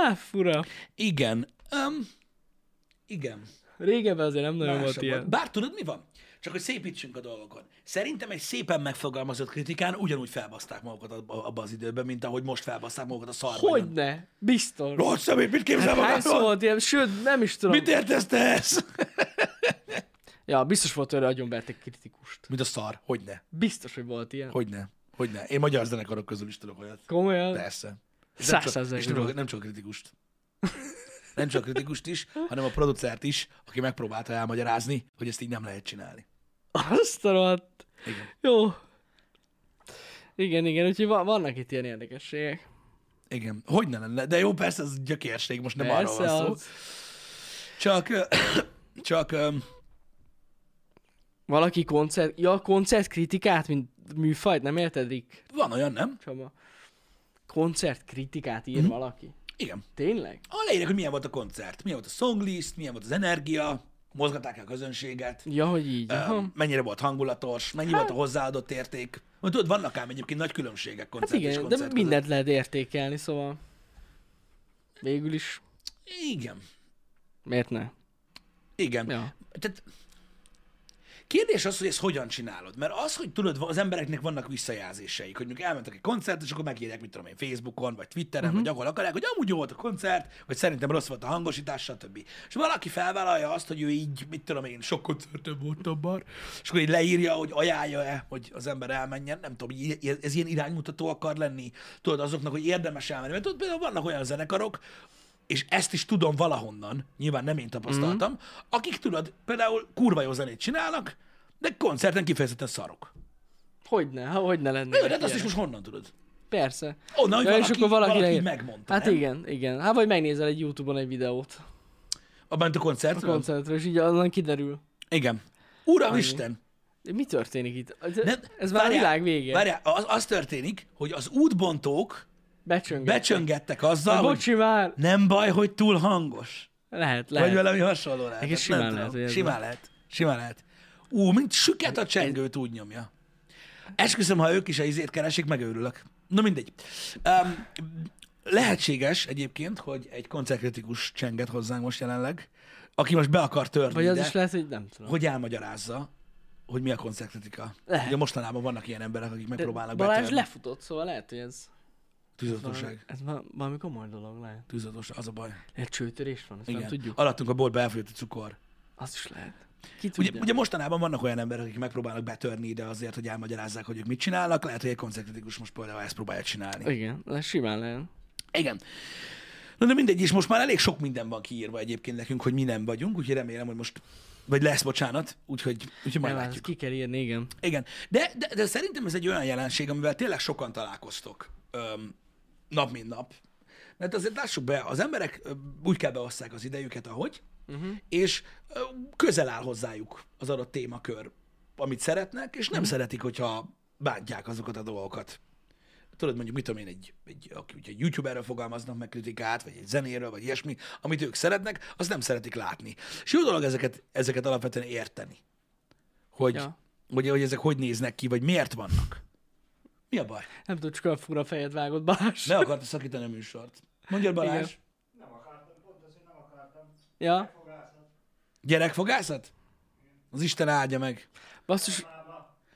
Á, fura. igen. Um, igen. Régebben azért nem nagyon volt Másabb volt. ilyen. Bár tudod, mi van? Csak hogy szépítsünk a dolgokon. Szerintem egy szépen megfogalmazott kritikán ugyanúgy felbaszták magukat abba, abba az időben, mint ahogy most felbaszták magukat a szarban. Hogyne? Biztos. Rossz személy, mit képzel Hát Hány szó magadról? volt ilyen? Sőt, nem is tudom. Mit értesz te ezt? Ja, biztos volt olyan, hogy agyonvertek kritikust. Mint a szar. Hogyne. Biztos, hogy volt ilyen. Hogyne. Hogyne. Én magyar zenekarok közül is tudok olyat. Komolyan? Persze. És nem Száz csak- és nem százalékban. csak- Nem csak kritikust. Nem csak kritikust is, hanem a producert is, aki megpróbálta elmagyarázni, hogy ezt így nem lehet csinálni. Azt a rohadt. Igen. Jó. Igen, igen, úgyhogy va- vannak itt ilyen érdekességek. Igen. Hogy ne lenne? De jó, persze, ez gyökérség, most nem arról Persze van szó. az. Csak, ö, csak, ö, Valaki koncert, ja, koncertkritikát, mint műfajt, nem érted, Rick? van olyan, nem? Csaba. Koncertkritikát ír Mhm. valaki? Igen. Tényleg? A leírják, hogy milyen volt a koncert, milyen volt a songlist, milyen volt az energia, mozgatták a közönséget, Ja, hogy így. ö, Aha. Hát mennyire volt hangulatos, mennyi volt a hozzáadott érték. Mert tudod, vannak ám egyébként nagy különbségek Hát koncert és igen, de koncert között. mindent lehet értékelni, szóval végül is Igen. miért ne? Igen. Ja. Tehát kérdés az, hogy ezt hogyan csinálod. Mert az, hogy tudod, az embereknek vannak visszajelzéseik, hogy mondjuk elmentek egy koncert, és akkor megírják, mit tudom én, Facebookon, vagy Twitteren, uh-huh. vagy ahol akarják, hogy amúgy jó volt a koncert, vagy szerintem rossz volt a hangosítás, stb. És valaki felvállalja azt, hogy ő így, mit tudom én, sok koncerten voltam már, és akkor így leírja, hogy ajánlja-e, hogy az ember elmenjen, nem tudom, így- i- ez ilyen iránymutató akar lenni, tudod, azoknak, hogy érdemes elmenni. Mert tudod, például vannak olyan zenekarok, és ezt is tudom valahonnan, nyilván nem én tapasztaltam, Mhm. mm-hmm. akik tudod, például kurva jó zenét csinálnak, de koncerten kifejezetten szarok. Hogyne, ha hogyne lenne. Jó, de hát azt is most honnan tudod? Persze. Onnan, hogy Ja, valaki, és akkor valaki, valaki leír. megmondta, Hát nem? igen, igen. Hát vagy megnézel egy Youtube-on egy videót A bent a koncertről? a koncertről, és így onnan kiderül. Igen. Uramisten! De Mi történik itt? Ez, Nem, ez már a várjál, világ vége. Várjál, az, az történik, hogy az útbontók Becsönget. becsöngettek azzal, Ah, hogy Bocsi már! nem baj, hogy túl hangos. Lehet, Lehet. lehet. Vagy valami hasonló lehet. Egész simán lehet, hogy ez simán lehet. Simán lehet. Ú, mint süket a csengőt úgy nyomja. Esküszöm, ha ők is a izét keresik, megőrülök. Na mindegy. Um, lehetséges egyébként, hogy egy koncertkritikus csenget hozzánk most jelenleg, aki most be akar törni Vagy az ide, is lehet, hogy nem tudom. hogy elmagyarázza, hogy mi a koncertkritika. Lehet. Ugye mostanában vannak ilyen emberek, akik megpróbálnak Balázs betörni. lefutott, szóval lehet, hogy ez... Tűzatosság. Ez va- valami komoly dolog lehet. Tűzatos, az a baj. Lehet csőtörés van, ezt Igen. nem tudjuk. Alattunk a boltba elfogyott a cukor. Az is lehet. Ki tudja? Ugye, ugye mostanában vannak olyan emberek, akik megpróbálnak betörni ide azért, hogy elmagyarázzák, hogy ők mit csinálnak. Lehet, hogy egy koncertkritikus most például ezt próbálja csinálni. Igen, de simán lehet. Igen. Na de mindegy, és most már elég sok minden van kiírva egyébként nekünk, hogy mi nem vagyunk, úgyhogy remélem, hogy most vagy lesz, bocsánat, úgyhogy, úgyhogy majd Nem, hát látjuk. ezt ki kell írni, igen. Igen, de, de, de szerintem ez egy olyan jelenség, amivel tényleg sokan találkoztok öm, nap mint nap. Mert azért lássuk be, az emberek ö, úgy kell beosszák az idejüket, ahogy, uh-huh. és ö, közel áll hozzájuk az adott témakör, amit szeretnek, és nem uh-huh. szeretik, hogyha bántják azokat a dolgokat. Tudod, mondjuk, mit tudom én, egy, egy, aki ugye egy youtuberről fogalmaznak meg kritikát, vagy egy zenéről, vagy ilyesmi, amit ők szeretnek, azt nem szeretik látni. És jó dolog ezeket, ezeket alapvetően érteni hogy, ja. Ja. hogy, hogy ezek hogy néznek ki, vagy miért vannak. Mi a baj? Nem tudom, csak olyan fura fejed vágott Balázs. Le akarta szakítani a műsort. Mondja Balázs. Igen. Nem akartam, pont az, hogy nem akartam. Ja, Fogászat. Gyerekfogászat? Az Isten áldja meg. basszus, Máma.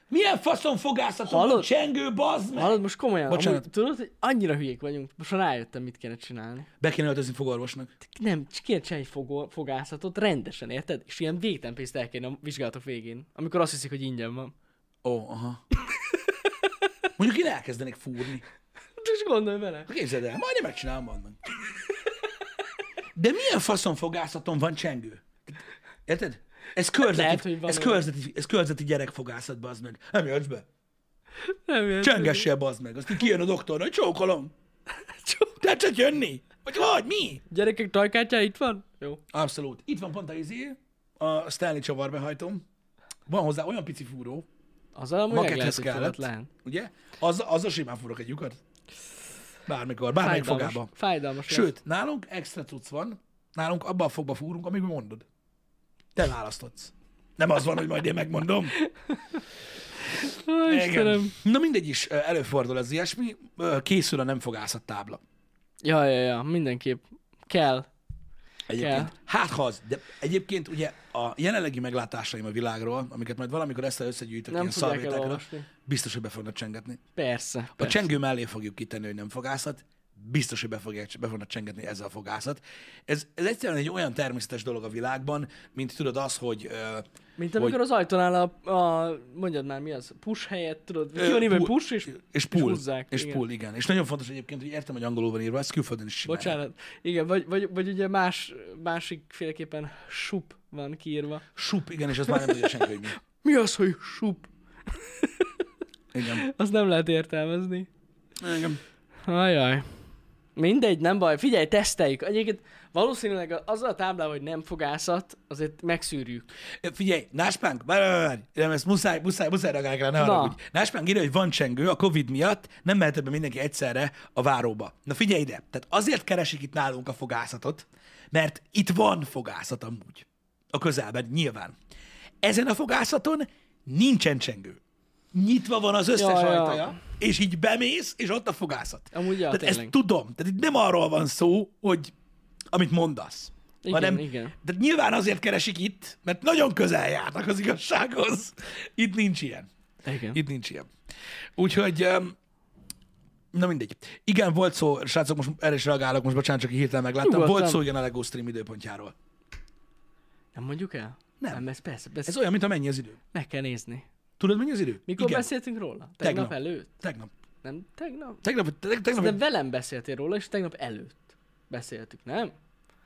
Milyen faszom fogászat? Hallod? Hallod? Csengő, bazd meg! hallod most komolyan, Bocsánat. Amúgy, tudod, hogy annyira hülyék vagyunk, most már rájöttem, mit kéne csinálni. Be kéne öltözni fogorvosnak. Nem, csak kéne csinálni egy fogó- fogászatot rendesen, érted? És ilyen végtelen pénzt el kéne a vizsgálatok végén, amikor azt hiszik, hogy ingyen van. Ó, oh, aha. Mondjuk én elkezdenék fúrni. Csak gondolj bele. Képzeld el, majdnem megcsinálom annak. De milyen faszom fogászaton van csengő? Érted? Ez körzeti, Hát Lehet, hogy van ez olyan. körzeti, ez körzeti gyerekfogászat, bazd meg. Nem jössz be. Nem érted. Csengessél, bazd meg. Aztán kijön a doktor, hogy csókolom. Csó- Tetszett jönni? Vagy hogy? Mi? Gyerekek, tajkátja itt van? Jó. Abszolút. Itt van pont a izé, a Stanley csavarbehajtóm. Van hozzá olyan pici fúró, Azzal amúgy meg lehet, Makethez hogy kellett. foghatlan. ugye? Az, azzal simán fúrok egy lyukat. Bármikor, bármelyik Fájdalmas- fogába. Fájdalmas. lesz. Sőt, nálunk extra cucc van, nálunk abba a fogba fúrunk, amíg mondod. Te választodsz. Nem az van, hogy majd én megmondom. Ó, Istenem. Na mindegy is, ö, előfordul az ilyesmi, Ö, készül a nem fogászat tábla. Ja, ja, ja, mindenképp. Kell. Egyébként. Kell. Hát ha az, de egyébként ugye a jelenlegi meglátásaim a világról, amiket majd valamikor ezt összegyűjtök Nem ilyen fogják szalvétákra, elolvasni. biztos, hogy be fognak csengetni. Persze. A persze. csengő mellé fogjuk kitenni, hogy nem fogászat, biztos, hogy be, fogják, be fognak csengetni ezzel a fogászat. Ez, ez egyszerűen egy olyan természetes dolog a világban, mint tudod az, hogy... Ö, Mint hogy- amikor az ajtón áll a, a, mondjad már mi az, push helyett, tudod, ki Ö, van írva, hogy pu- push és, és pull. húzzák, és igen. pull, igen. És nagyon fontos egyébként, hogy értem, hogy angolul van írva, ezt külföldön is csinálják. Bocsánat. Igen, vagy, vagy, vagy ugye más, másik féleképpen sup van kiírva. Sup, igen, és ezt már nem tudja senki, hogy mi. Mi az, hogy sup? Igen. Azt nem lehet értelmezni. igen. Ajaj. Mindegy, nem baj. Figyelj, teszteljük. Egyébként valószínűleg az a táblával, hogy nem fogászat, azért megszűrjük. Ö, Figyelj, Náspánk, várj, várj, várj, nem, ezt muszáj, muszáj, muszáj reagálni rá, ne Na. haragudj. Náspánk írja, hogy van csengő, a Covid miatt nem mehet be mindenki egyszerre a váróba. Na figyelj ide, tehát azért keresik itt nálunk a fogászatot, mert itt van fogászat amúgy. A közelben, nyilván. Ezen a fogászaton nincsen csengő. Nyitva van az összes Ja, ja. ajtaja, és így bemész, és ott a fogászat. Amúgy ja, tehát ezt tényleg. tudom. Tehát itt nem arról van szó, hogy amit mondasz. Igen, hanem, igen. De nyilván azért keresik itt, mert nagyon közel járnak az igazsághoz. Itt nincs ilyen. Igen. Itt nincs ilyen. Úgyhogy, öm, na mindegy. Igen, volt szó, srácok, most erre is reagálok, most bocsánat, csak így hirtelen megláttam. Nyugodtan. Volt szó igen a LEGO stream időpontjáról. Nem mondjuk el? Nem. nem ez persze, persze. Ez olyan, mint a mennyi az idő. Meg kell nézni. Tudod, mennyi az idő? Mikor igen, beszéltünk róla? Tegnap, Tegnap. előtt? Tegnap. Nem, tegnap. Tegnap, tegnap, tegnap, De velem beszéltél róla, és tegnap előtt beszéltük, nem?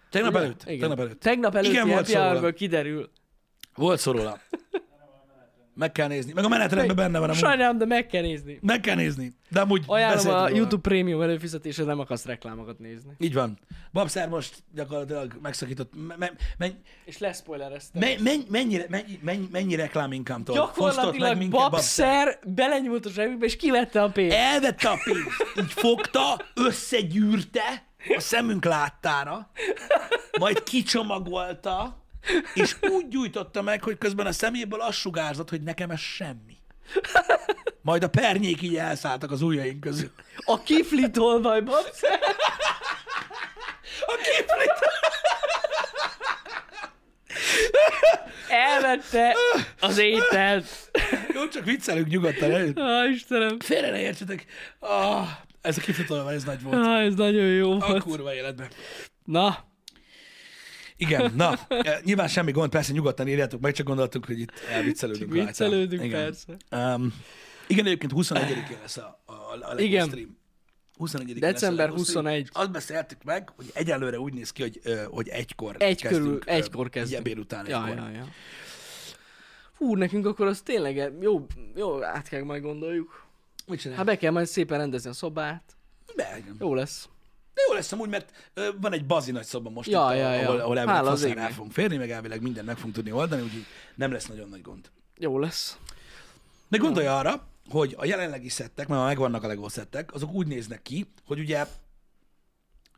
tegnap Ugye? előtt. Tegnap előtt. Tegnap előtt Igen, Igen, volt szóval. volt szó róla. kiderül. Volt szó róla. Meg kell nézni. Meg a menetrendben benne van. Amúgy. Sajnálom, de meg kell nézni. Meg kell nézni. De amúgy Ajánlom beszéltünk a róla. YouTube Premium előfizetésre, nem akarsz reklámokat nézni. Így van. Babszer most gyakorlatilag megszakított. Me, me, me, És lespoilereztem. me, me, mennyire, mennyi, mennyi, mennyi rekláminkámtól? fosztott Gyakorlatilag minket babszer belenyúlt a zsebükbe, és kivette a pénzt. Elvette a pénzt, így fogta, összegyűrte a szemünk láttára, majd kicsomagolta, és úgy gyújtotta meg, hogy közben a szeméből az sugárzott, hogy nekem ez semmi. Majd a pernyék így elszálltak az ujjaink közül. A kifli tolvaj babszer. A képlet Elvette az ételt. Jó, csak viccelünk nyugodtan. ne? Á, Istenem. Félre ne értsetek. Ah, ez a kifutolva, ez nagy volt. Á, ez nagyon jó A volt. kurva életben. Na, Igen, na, eh, nyilván semmi gond, persze nyugodtan írjátok meg, csak gondoltuk, hogy itt elviccelődünk. rajta. viccelődünk, igen. persze. Um, igen, egyébként 21-én lesz a, a, a LEGO Igen. stream. 21 December 21. Azt beszéltük meg, hogy egyelőre úgy néz ki, hogy, ö, hogy egykor Egy körül, ö, egykor kezdünk. Így ebéd után ja, egykor. ja, ja. Hú, nekünk akkor az tényleg jó, jó át kell majd gondoljuk. Mit csinál? Hát be kell majd szépen rendezni a szobát. Be, igen. Jó lesz. De jó lesz amúgy, mert ö, van egy bazi nagy szoba most, Ja, itt, ja, ja. ahol, ahol elvileg Hála az faszán égnek. el fogunk férni, meg elvileg mindent meg fogunk tudni oldani, úgyhogy nem lesz nagyon nagy gond. Jó lesz. De gondolj arra, hogy a jelenlegi szettek, mert már megvannak a LEGO szettek, azok úgy néznek ki, hogy ugye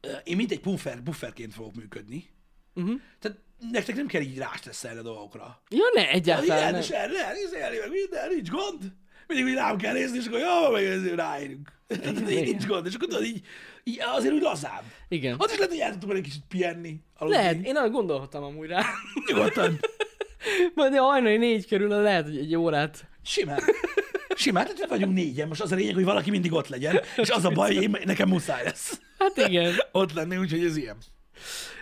ö, én mint egy puffer, bufferként fogok működni. Uh-huh. Tehát nektek nem kell így rástszelni a dolgokra. Ja, ne, egyáltalán Igen, nem. izé, és erre elnézelni, meg minden, nincs gond. mindig úgy rám kell nézni, és akkor jó, meg ezért ráérünk. Nincs gond, és akkor tudod, így, így azért úgy lazább. Igen. Ott is lehet, hogy el tudtuk egy kicsit pihenni. aludni. Lehet, én arra gondolhatom amúgy rá. Nyugodtan. Majd a hajnali négy körül lehet, hogy egy órát. Simán. Simán, tehát vagyunk négyen. Most az a lényeg, hogy valaki mindig ott legyen, és az a baj, én, nekem muszáj lesz Hát igen. ott lenni, úgyhogy ez ilyen.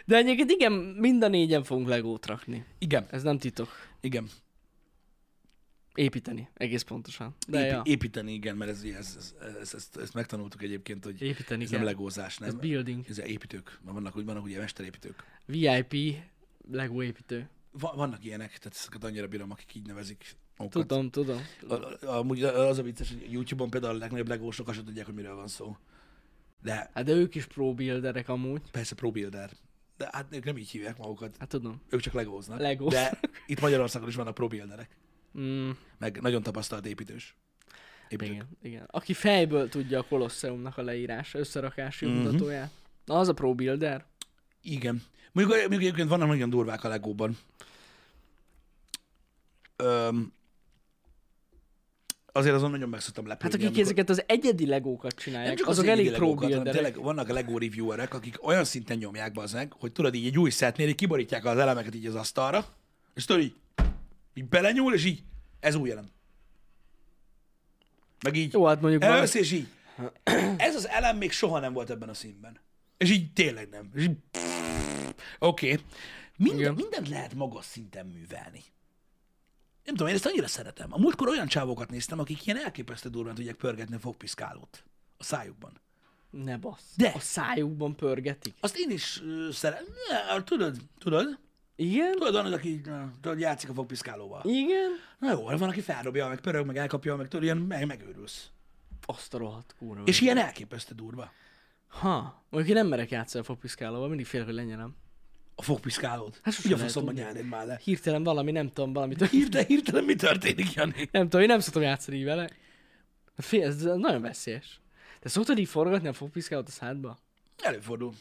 De egyébként igen, mind a négyen fogunk legót rakni. Igen, Ez nem titok. igen. Építeni, egész pontosan. De Épi, ja, Építeni, igen, mert ez, ez, ez, ez, ezt, ezt megtanultuk egyébként, hogy építeni ez nem kell. legózás, nem. Ez building. Ez építők. Vannak, úgy vannak ugye mesterépítők. VIP legó építő. Va- Vannak ilyenek, tehát ezeket annyira bírom, akik így nevezik magukat. Tudom, tudom. A- a- Amúgy az a vicces, hogy YouTube-on például a legnagyobb legósok azt sem tudják, hogy miről van szó. De Hát de ők is pro builderek amúgy. persze probuilder. De hát ők nem így hívják magukat. Hát tudom. Ők csak legóznak. Legóznak. De itt Magyarországon is vannak probuilderek. Mm, Meg nagyon tapasztalt építős. Építők. igen, igen. Aki fejből tudja a Colosseumnak a leírása, összerakási Mhm. mm-hmm. mutatóját. Na, az a pro builder. Igen. Mondjuk, mondjuk egyébként vannak nagyon durvák a legóban. Öm, azért azon nagyon meg szoktam lepődni. Hát akik amikor- ezeket az egyedi legókat csinálják, Nem csak azok elég pro legókat, hanem builderek. tényleg vannak a LEGO reviewerek, akik olyan szinten nyomják be az meg, hogy tudod így egy új szetnél, így kiborítják az elemeket így az asztalra, és tudod így, így belenyúl, és így, ez új elem. Meg így, Jó, hát mondjuk valami- elvesz, és így, ez az elem még soha nem volt ebben a színben. És így tényleg nem. És így, oké. Okay. Minden, Igen. mindent lehet magas szinten művelni. Nem tudom, én ezt annyira szeretem. A múltkor olyan csávókat néztem, akik ilyen elképesztő durván tudják pörgetni a fogpiszkálót a szájukban. Ne bassz. De. De. A szájukban pörgetik. Azt én is uh, szeretem. Tudod, tudod? Igen? Tudod, van, aki ö, tudod, játszik a fogpiszkálóval. Igen? Na jó, van, aki feldobja, meg pörög, meg elkapja, meg tudod, ilyen meg, megőrülsz. Azt a rohadt kurva. És ilyen elképesztő durva. Ha, mondjuk én nem merek játszani a fogpiszkálóval, mindig félek, hogy lenyelem. A fogpiszkálót. Hát sosem Ugye a lehet faszomban tudni. nyelnéd már le. Hirtelen valami, nem tudom, valami tök... Hirtelen, hirtelen mi történik, Jani? Nem tudom, én nem szoktam játszani így vele. Fél, ez nagyon veszélyes. Te szoktad így forgatni a fogpiszkálót a szádba? Előfordul.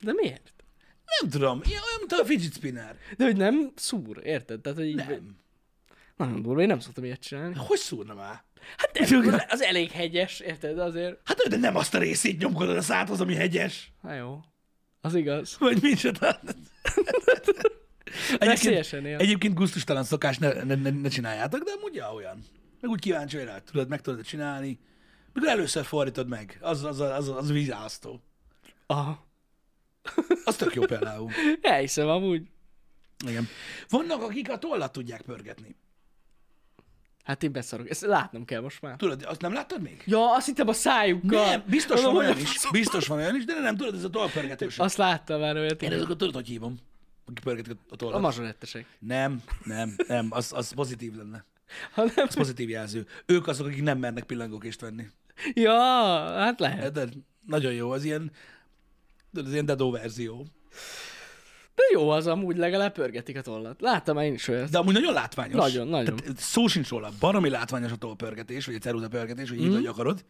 De miért? Nem tudom, ilyen olyan, mint a fidget spinner. De hogy nem szúr, érted? Tehát, hogy így... Nem. Nagyon durva, én nem szoktam ilyet csinálni. Hogy szúrna már? Hát de az elég hegyes, érted? Azért... Hát de nem azt a részét nyomkodod a szádhoz, ami hegyes. Na jó. Az igaz. Vagy micsoda. Veszélyesen él. Egyébként gusztustalan szokás, ne, ne, ne, ne csináljátok, de amúgy ja, olyan. Meg úgy kíváncsi vagy rá, tudod, meg tudod csinálni. Mikor először fordítod meg, az, az, az, az, az vizáztó. Aha. Az tök jó például. Elhiszem amúgy. Igen. Vannak, akik a tollat tudják pörgetni. Hát én beszarok. Ezt látnom kell most már. Tudod, azt nem láttad még? Ja, azt hittem a szájukkal. Nem, biztos van Mondom, olyan hogy a is. faszom- Biztos van olyan is, de nem tudod, ez a tollpörgetős. Azt láttam már olyat. Én igen. ezeket tudod, hogy hívom. Aki pörgetik a A tollat. mazsonettesek. Nem, nem, nem, az, az pozitív lenne. Hanem... Az pozitív jelző. Ők azok, akik nem mernek pillangókést venni. Ja, hát lehet. De nagyon jó, az ilyen, tudod, az ilyen dedó verzió. De jó az amúgy, legalább pörgetik a tollat. Láttam már én is olyat. De amúgy nagyon látványos. Nagyon, nagyon. Tehát szó sincs róla. Baromi látványos a tollpörgetés, vagy a ceruza pörgetés, hogy Mhm. így, hogy akarod.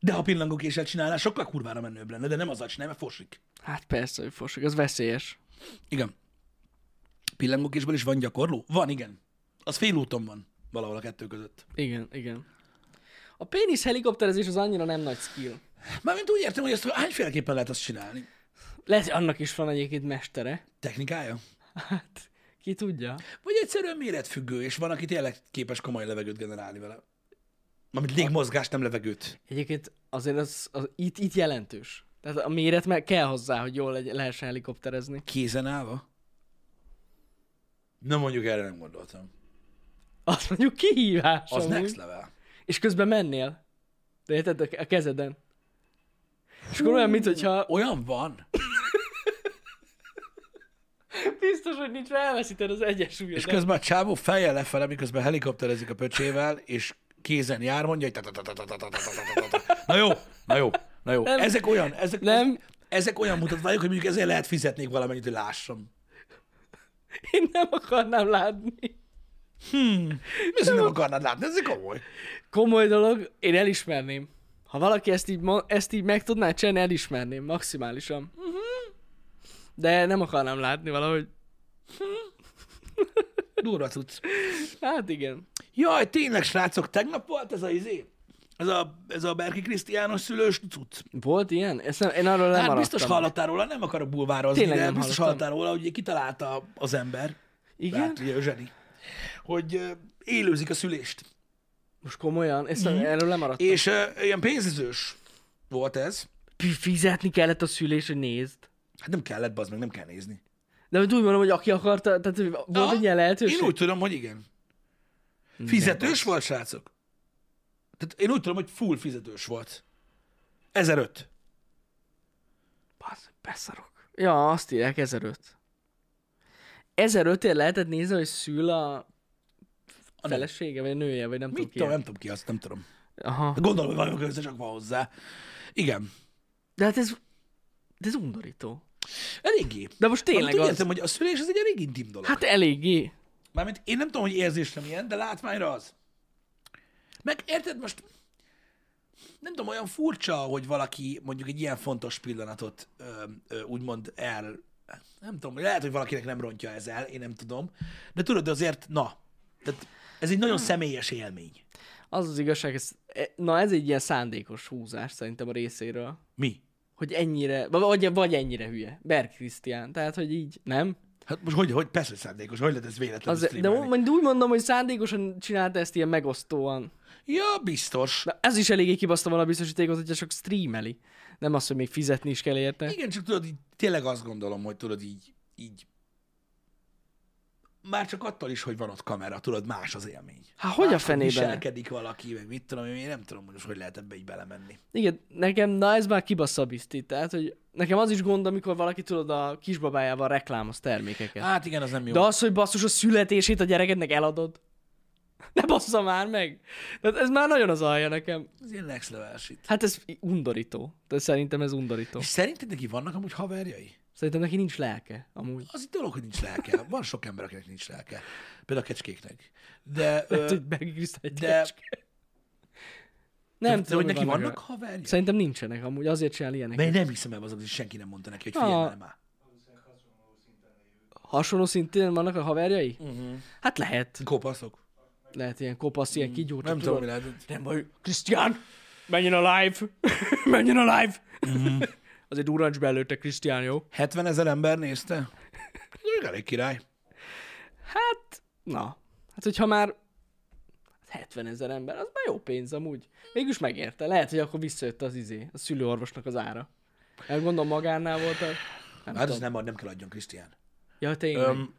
De ha pillangókéssel csinálnál, sokkal kurvára menőbb lenne, de nem azzal csinálj, mert fosik. Hát persze, hogy fosok, az veszélyes. Igen. Pillangókésből is van gyakorló? Van, igen. Az félúton van, valahol a kettő között. Igen, igen. A pénisz helikopterezés az annyira nem nagy skill. Mármint úgy értem, hogy ezt hányféleképpen lehet azt csinálni. Lehet, hogy annak is van egyébként mestere. Technikája? Hát, ki tudja? Vagy egyszerűen méretfüggő, és van, aki tényleg képes komoly levegőt generálni vele. Amit légmozgást, nem levegőt. Egyébként azért az, az itt, itt jelentős. Tehát a méret meg kell hozzá, hogy jól legy- lehessen helikopterezni. Kézen állva? Na mondjuk erre nem gondoltam. Azt mondjuk kihívás. Az amúgy. next level. És közben mennél. De érted? A- A kezeden. És akkor olyan, mint hogyha Olyan van. biztos, hogy nincs, mert elveszíted az egyensúlyod. És közben a csávó fejjel lefele, miközben helikopterezik a pöcsével, és kézen jár, mondja, hogy ta-ta-ta-ta-ta-ta-ta-ta-ta-ta-ta. na jó, na jó, na jó. Nem. Ezek olyan, ezek, Nem. ezek olyan mutatványok, hogy mondjuk ezért lehet fizetnék valamennyit, hogy lássam. Én nem akarnám látni. Mi az, hogy nem akarnád látni? Ez egy komoly. Komoly dolog, én elismerném. Ha valaki ezt így, mo- ezt így meg tudná csinálni, elismerném maximálisan. Mhm. De nem akarnám látni valahogy. Durva tudsz. Hát igen. Jaj, tényleg, srácok, tegnap volt ez a izé? Ez a, ez a Berki Krisztiános szülős cucc. Volt ilyen? Ezt nem, én arról nem Hát biztos maradtam. hallottál róla, nem akarok bulvározni, Tényleg de nem biztos hallottam. hallottál róla, hogy ugye kitalálta az ember, Igen? hát ugye Zseni, hogy ö, élőzik a szülést. Most komolyan? Ezt mm. erről lemaradtam. És ö, ilyen pénzizős volt ez. Pi- Fizetni kellett a szülés, hogy nézd. Hát nem kellett, bazd meg, nem kell nézni. De úgy mondom, hogy aki akarta, tehát hogy volt Aha. egy ilyen lehetőség. Én úgy tudom, hogy igen. Fizetős volt, srácok? Tehát én úgy tudom, hogy full fizetős volt. 1005. Basz, beszarok. Ja, azt írják 1005. 1005-ért lehetett nézni, hogy szül a A nem. felesége, vagy a nője, vagy nem Mit tudom ki. tudom, nem tudom ki azt, nem tudom. Hát Aha. Gondolom, hogy valami köze csak van hozzá. Igen. De hát ez, de ez undorító. Eléggé. De most Tényleg Amit Hát, úgy tényleg az. értem, hogy a szülés az egy elég intim dolog. Hát... Hát eléggé. Mármint én nem tudom, hogy érzésem ilyen, de látványra az. Meg érted most, nem tudom, olyan furcsa, hogy valaki mondjuk egy ilyen fontos pillanatot ö, ö, úgymond el, nem tudom, lehet, hogy valakinek nem rontja ez el, én nem tudom, de tudod, de azért, na, tehát ez egy nagyon személyes élmény. Az az igazság, ez, e- na ez egy ilyen szándékos húzás szerintem a részéről. Mi? Hogy ennyire, vagy, vagy ennyire hülye. Berg Krisztián, tehát hogy így, nem? Hát most hogy, hogy persze hogy szándékos, hogy lehet ez véletlenül Az, de streamelni? majd úgy mondom, hogy szándékosan csinálta ezt ilyen megosztóan. Ja, biztos. Na, ez is eléggé kibaszta volna a biztosítékot, hogyha csak streameli. Nem az, hogy még fizetni is kell érte. Igen, csak tudod, így, tényleg azt gondolom, hogy tudod így, így már csak attól is, hogy van ott kamera, tudod, más az élmény. Hát hogy a Máshogy fenében? Viselkedik valaki, meg mit tudom, én én nem tudom, hogy most hogy lehet ebbe így belemenni. Igen, nekem, na ez már kibassza a biztit. Tehát, hogy nekem az is gond, amikor valaki tudod a kisbabájával reklámoz termékeket. Hát igen, az nem jó. De az, hogy basszus a születését a gyerekednek eladod. Ne bassza már meg! Tehát ez már nagyon az alja nekem. az ilyen next level shit. Hát ez undorító. Tehát szerintem ez undorító. És szerinted neki vannak amúgy haverjai? Szerintem neki nincs lelke, amúgy. Az egy dolog, hogy nincs lelke. Van sok ember, akinek nincs lelke. Például a kecskéknek. De, Lehet, ö, hogy Bergi Krisztály egy de- kecske. Nem de tudom, hogy neki vannak, vannak -e. haverjai? Szerintem nincsenek amúgy, azért csinál ilyenek. De én nem hiszem el azok, hogy senki nem mondta neki, hogy Ah. figyelj már. Hasonló szintén vannak a haverjai? Uh-huh. Hát lehet. Kopaszok. Lehet ilyen kopasz, ilyen kigyúrt. Mhm. Nem Mhm. tudom, mi lehet. Nem baj, Krisztián, menjen a live, menjen a live. Mhm. Azért durrancs belőtte, Krisztián, jó? 70 ezer ember nézte? Ez Mondjuk elég király. Hát, na. Hát, hogyha már 70 ezer ember, az már jó pénz amúgy. Mégis megérte. Lehet, hogy akkor visszajött az izé, a szülőorvosnak az ára. Hát gondolom magánál volt a... Nem Hát ez tudom. nem, ad, nem kell adjon, Krisztián. Ja, tényleg. Öm,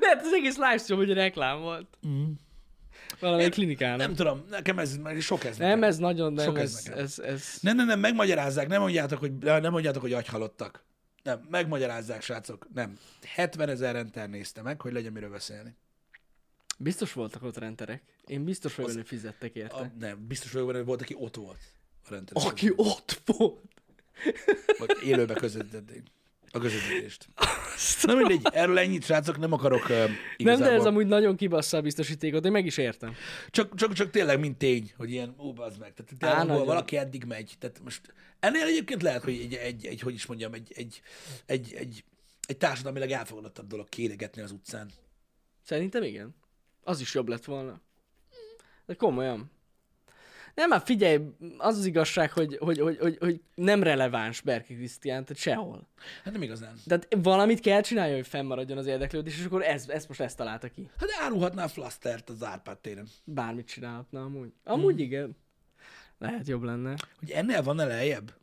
Lehet, az egész livestream, hogy reklám volt. Mm. Valamelyik klinikának. nem tudom, nekem ez meg sok ez. Nem, nekem. ez nagyon, nem, Sok ez ez, nekem. ez, ez, Nem, nem, nem, megmagyarázzák, nem mondjátok, hogy, nem mondjátok, hogy agyhalottak. Nem, megmagyarázzák, srácok. Nem. 70 ezer renter nézte meg, hogy legyen miről beszélni. Biztos voltak ott renterek. Én biztos vagyok, hogy fizettek A, érte. nem, biztos vagyok benne, hogy volt, aki ott volt a renter. Aki ott volt. Vagy élőbe közvetítették a közvetítést. Na mindegy, erről ennyit, srácok, nem akarok um, Nem, igazából. de ez amúgy nagyon kibassza a biztosítékot, én meg is értem. Csak, csak, csak tényleg, mint tény, hogy ilyen, ó, bazd meg. Tehát Á, tényleg, ahol nagyon. valaki eddig megy. Tehát most ennél egyébként lehet, hogy egy, egy, egy hogy is mondjam, egy, egy, egy, egy, egy társadalmilag elfogadottabb dolog kéregetni az utcán. Szerintem igen. Az is jobb lett volna. De komolyan. Nem, már figyelj, az az igazság, hogy, hogy, hogy, hogy, hogy nem releváns Berki Krisztián, tehát sehol. Hát nem igazán. Tehát valamit kell csinálni, hogy fennmaradjon az érdeklődés, és akkor ez, ezt most ezt találta ki. Hát árulhatná Flastert az Árpád téren. Bármit csinálhatna amúgy. Amúgy igen. Lehet jobb lenne. Hogy ennél van -e lejjebb?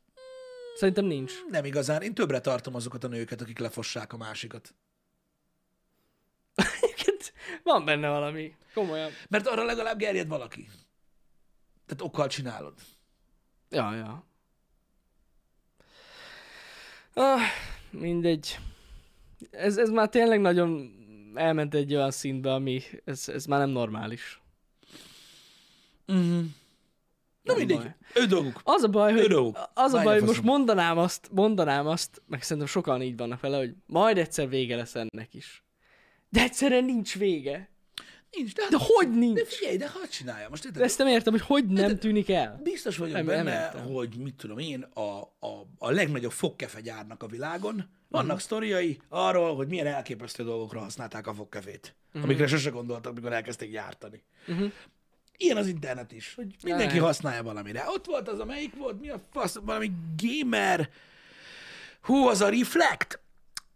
Szerintem nincs. Nem igazán. Én többre tartom azokat a nőket, akik lefossák a másikat. Egyébként van benne valami. Komolyan. Mert arra legalább gerjed valaki. Tehát okkal csinálod. Ja, ja. Ah, mindegy. Ez, ez már tényleg nagyon elment egy olyan szintbe, ami ez, ez már nem normális. Mhm. Uh-huh. Na Nem mindegy, baj. ő dolguk. Az a baj, hogy, Örök. az a Vágy baj, a hogy most faszom. mondanám azt, mondanám azt, meg szerintem sokan így vannak vele, hogy majd egyszer vége lesz ennek is. De egyszerűen nincs vége. Nincs, de, hát, De hogy de nincs? figyelj, de hadd csinálja most. érted? De ezt nem értem, hogy hogy nem tűnik el. Biztos vagyok Nem, benne, nem értem. hogy mit tudom én, a, a, a legnagyobb fogkefegyárnak a világon, vannak uh-huh. sztoriai arról, hogy milyen elképesztő dolgokra használták a fogkefét, uh-huh. amikre sose gondoltak, mikor elkezdték gyártani. Uh-huh. Ilyen az internet is, hogy mindenki Ja. használja valamire. Ott volt az, amelyik volt, mi a fasz, valami gamer, hú, az a Reflect.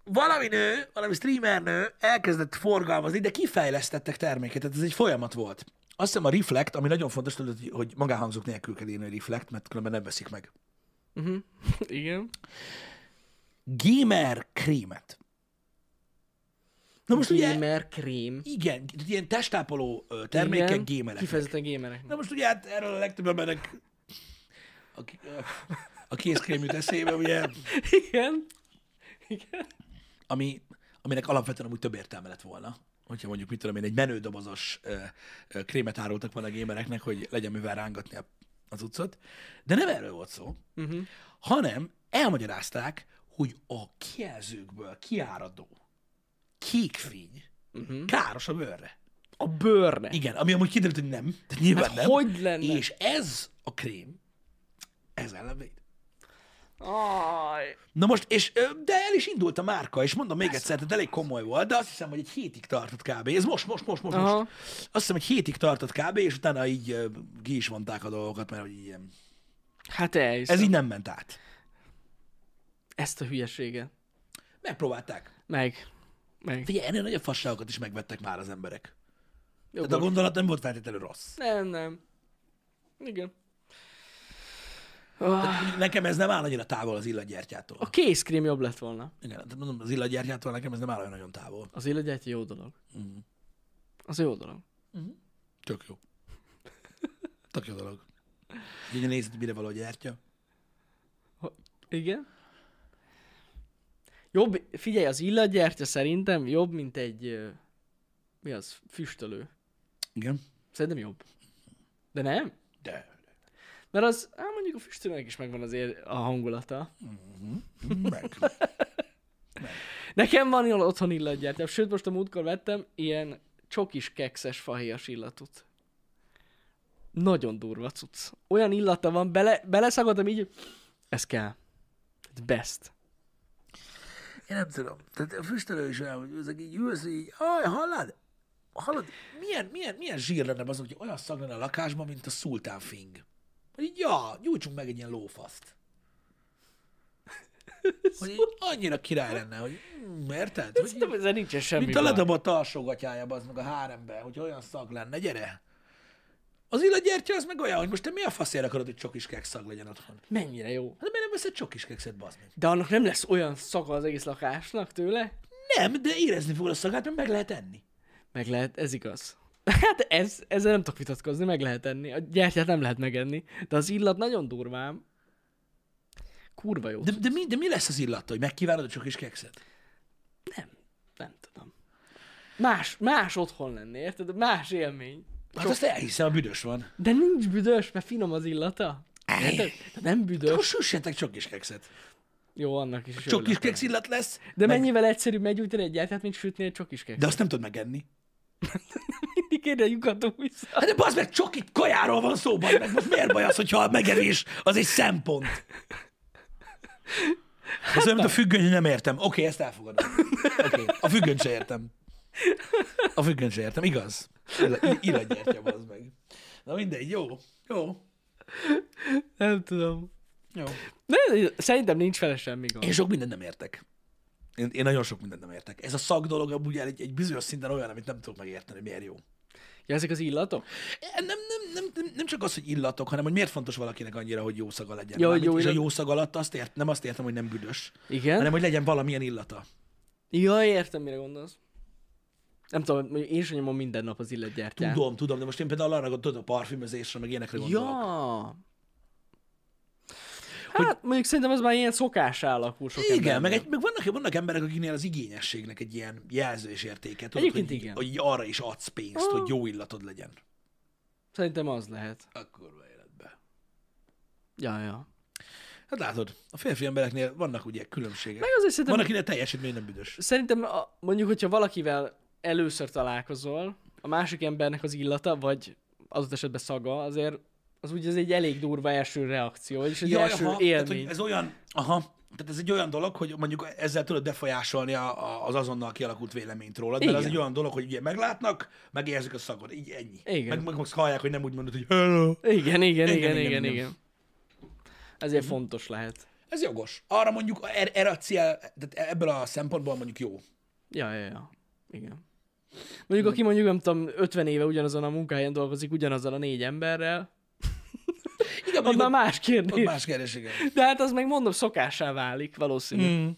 Valami nő, valami streamernő elkezdett forgalmazni, de kifejlesztettek terméket, tehát ez egy folyamat volt. Azt hiszem a Reflect, ami nagyon fontos, tudod, hogy- hogy magánhangzók nélkül kell írni a Reflect, mert különben nem veszik meg. Uh-huh. Igen. Gamer krémet. Na most ugye, Gamer krém. igen, ilyen testápoló ö, termékek Igen, gémerek. Kifejezetten gémerek. Na most ugye hát erről a legtöbb embernek a, ki- a kézkrém jut eszébe, ugye, Igen. Igen. ami, aminek alapvetően amúgy több értelme lett volna. Hogyha mondjuk, mit tudom én, egy menődobozos ö, ö, krémet árultak volna a gémereknek, hogy legyen mivel rángatni a- az utcot. De nem erről volt szó, Uh-huh. hanem elmagyarázták, hogy a kijelzőkből kiáradó kék fény Uh-huh. káros a bőrre. A bőrne. Igen, ami amúgy kiderült, hogy nem. Tehát nyilván Hát nem. hogy lenne? És ez a krém, ez ellenvéd. Aj. Na most, és, ö, de el is indult a márka, és mondom még egyszer, tehát elég komoly volt, de azt hiszem, hogy egy hétig tartott kb. Ez most, most, most, most, Aha. most. Azt hiszem, hogy hétig tartott kb, és utána így ö, ki is vonták a dolgokat, mert hogy ilyen. Hát elhiszem. Ez így nem ment át. Ezt a hülyeséget. Megpróbálták. Meg. Meg. Figyelj, ennél nagyobb fasságokat is megvettek már az emberek. Jogos. Tehát a gondolat nem volt feltétlenül rossz. Nem, nem. Igen. Ah, Nekem ez nem áll annyira távol az illatgyertyától. A kézkrém jobb lett volna. Igen, tehát mondom, az illatgyertyától nekem ez nem áll olyan nagyon távol. Az illetjét jó dolog. Mhm. Az jó dolog. Tök jó. Tök jó dolog. Ugye nézd, hogy mire való a gyertya. Igen. Jobb, figyelj, az illatgyertya szerintem jobb, mint egy, ö, mi az, füstölő. Igen. Szerintem jobb. De nem? De. Mert az, á, mondjuk a füstölőnek is megvan az ér, a hangulata. Meg. Nekem van ilyen otthon illatgyertyám, sőt most a múltkor vettem ilyen csokis kekszes fahéjas illatút. Nagyon durva cucc. Olyan illata van, bele, beleszagoltam így, ez kell. Best. Én nem tudom. Tehát a füstölő is olyan, hogy ezek így ülsz, így, aj, hallod? Hallod, milyen, milyen, milyen zsír lenne az, hogy olyan szag lenne a lakásban, mint a szultán fing. Hogy így, ja, gyújtsunk meg egy ilyen lófaszt. Hogy így annyira király lenne, hogy mm, érted? Hogy így, Szerintem ezzel nincsen semmi mint a baj. ledobott alsógatyája, az meg a hárembe, hogy olyan szag lenne, gyere. Az illatgyertya az meg olyan, hogy most te mi a faszért akarod, hogy csokis kek szag legyen otthon? Mennyire jó. Hát de miért nem veszed csokis kekszet, bazd meg? De annak nem lesz olyan szaga az egész lakásnak tőle? Nem, de érezni fogod a szagát, mert meg lehet enni. Meg lehet, ez igaz. Hát ez, ezzel nem tudok vitatkozni, meg lehet enni. A gyertyát nem lehet megenni, de az illat nagyon durvám. Kurva jó. De, de, mi, de mi lesz az illata, hogy megkívánod a csokis kekszet? Nem, nem tudom. Más, más otthon lenni, érted? Más élmény. Hát azt elhiszem, a büdös van. De nincs büdös, mert finom az illata. Érted? De nem Akkor büdös. süssetek csokis kekszet. Jó, annak is. jó Csokis illata. keksz illat lesz, De mennyivel egyszerűbb meggyújtani egy gyertyát, mint sütni egy csokis kek. de azt nem tudod megenni. Mindig erre lyukatunk vissza. Hát de bazd meg, csoki kajáról van szó, bazd meg. Most miért baj az, hogyha a megenés az egy szempont? Ez olyan, mint a függöny, nem értem. Oké, ezt elfogadom. Oké, a függöny se értem. A függöny se értem, igaz? Illatgyertya, bazd meg. Na mindegy, jó. Jó. Nem tudom. Jó. De szerintem nincs vele semmi gond. Én sok mindent nem értek. Én, én nagyon sok mindent nem értek. Ez a szak dolog amúgy egy, egy bizonyos szinten olyan, amit nem tudok megérteni, hogy miért jó. Ja, ezek az illatok? Nem, nem, nem, nem, nem csak az, hogy illatok, hanem hogy miért fontos valakinek annyira, hogy jó szaga legyen. Ja, hogy Mármint- jó és a illat- jó szag alatt azt ért, nem azt értem, hogy nem büdös, Igen. hanem hogy legyen valamilyen illata. Ja, értem, mire gondolsz. Nem tudom, mondjuk én sem nyomom minden nap az illatgyertyát. Tudom, tudom, de most én például arra gondolok, a parfümözésre, meg ilyenekre gondolok. Ja, Ja. Hát, hogy... mondjuk szerintem az már ilyen szokásá alakul sok igen, meg, embernél. egy, meg vannak, vannak emberek, akiknél az igényességnek egy ilyen jelző és értéke, tudod, Egyébként hogy, így- igen. hogy így arra is adsz pénzt, hogy jó illatod legyen. Szerintem az lehet. Akkor életbe. Ja, ja. Hát látod, a férfi embereknél vannak ugye különbségek. Meg azért Van, szerintem, Vannak... akinek teljesítmény nem büdös. szerintem a, mondjuk, hogyha valakivel először találkozol, a másik embernek az illata, vagy az esetben szaga, azért az úgy ez egy elég durva első reakció, vagyis egy első aha, tehát, élmény. hogy ez olyan, aha, tehát ez egy olyan dolog, hogy mondjuk ezzel tudod befolyásolni a, a, az azonnal kialakult véleményt rólad, mert az Igen. egy olyan dolog, hogy ugye meglátnak, megérzik a szagod, így ennyi. Igen. Meg, meg most hallják, hogy nem úgy mondod, hogy hello. Igen, igen, Igen, igen, igen, igen, igen. igen. Ezért Mhm. fontos lehet. Ez jogos. Arra mondjuk, er- erre a cél, tehát ebből a szempontból mondjuk jó. Ja, ja, ja. Igen. Mondjuk, aki mondjuk, nem tudom, 50 éve ugyanazon a munkahelyen dolgozik, ugyanazzal a négy emberrel, Igen, az mondjuk már más ott, ott kérdés. más kérdés, igen. De hát az meg mondom, szokássá válik valószínű. Mm.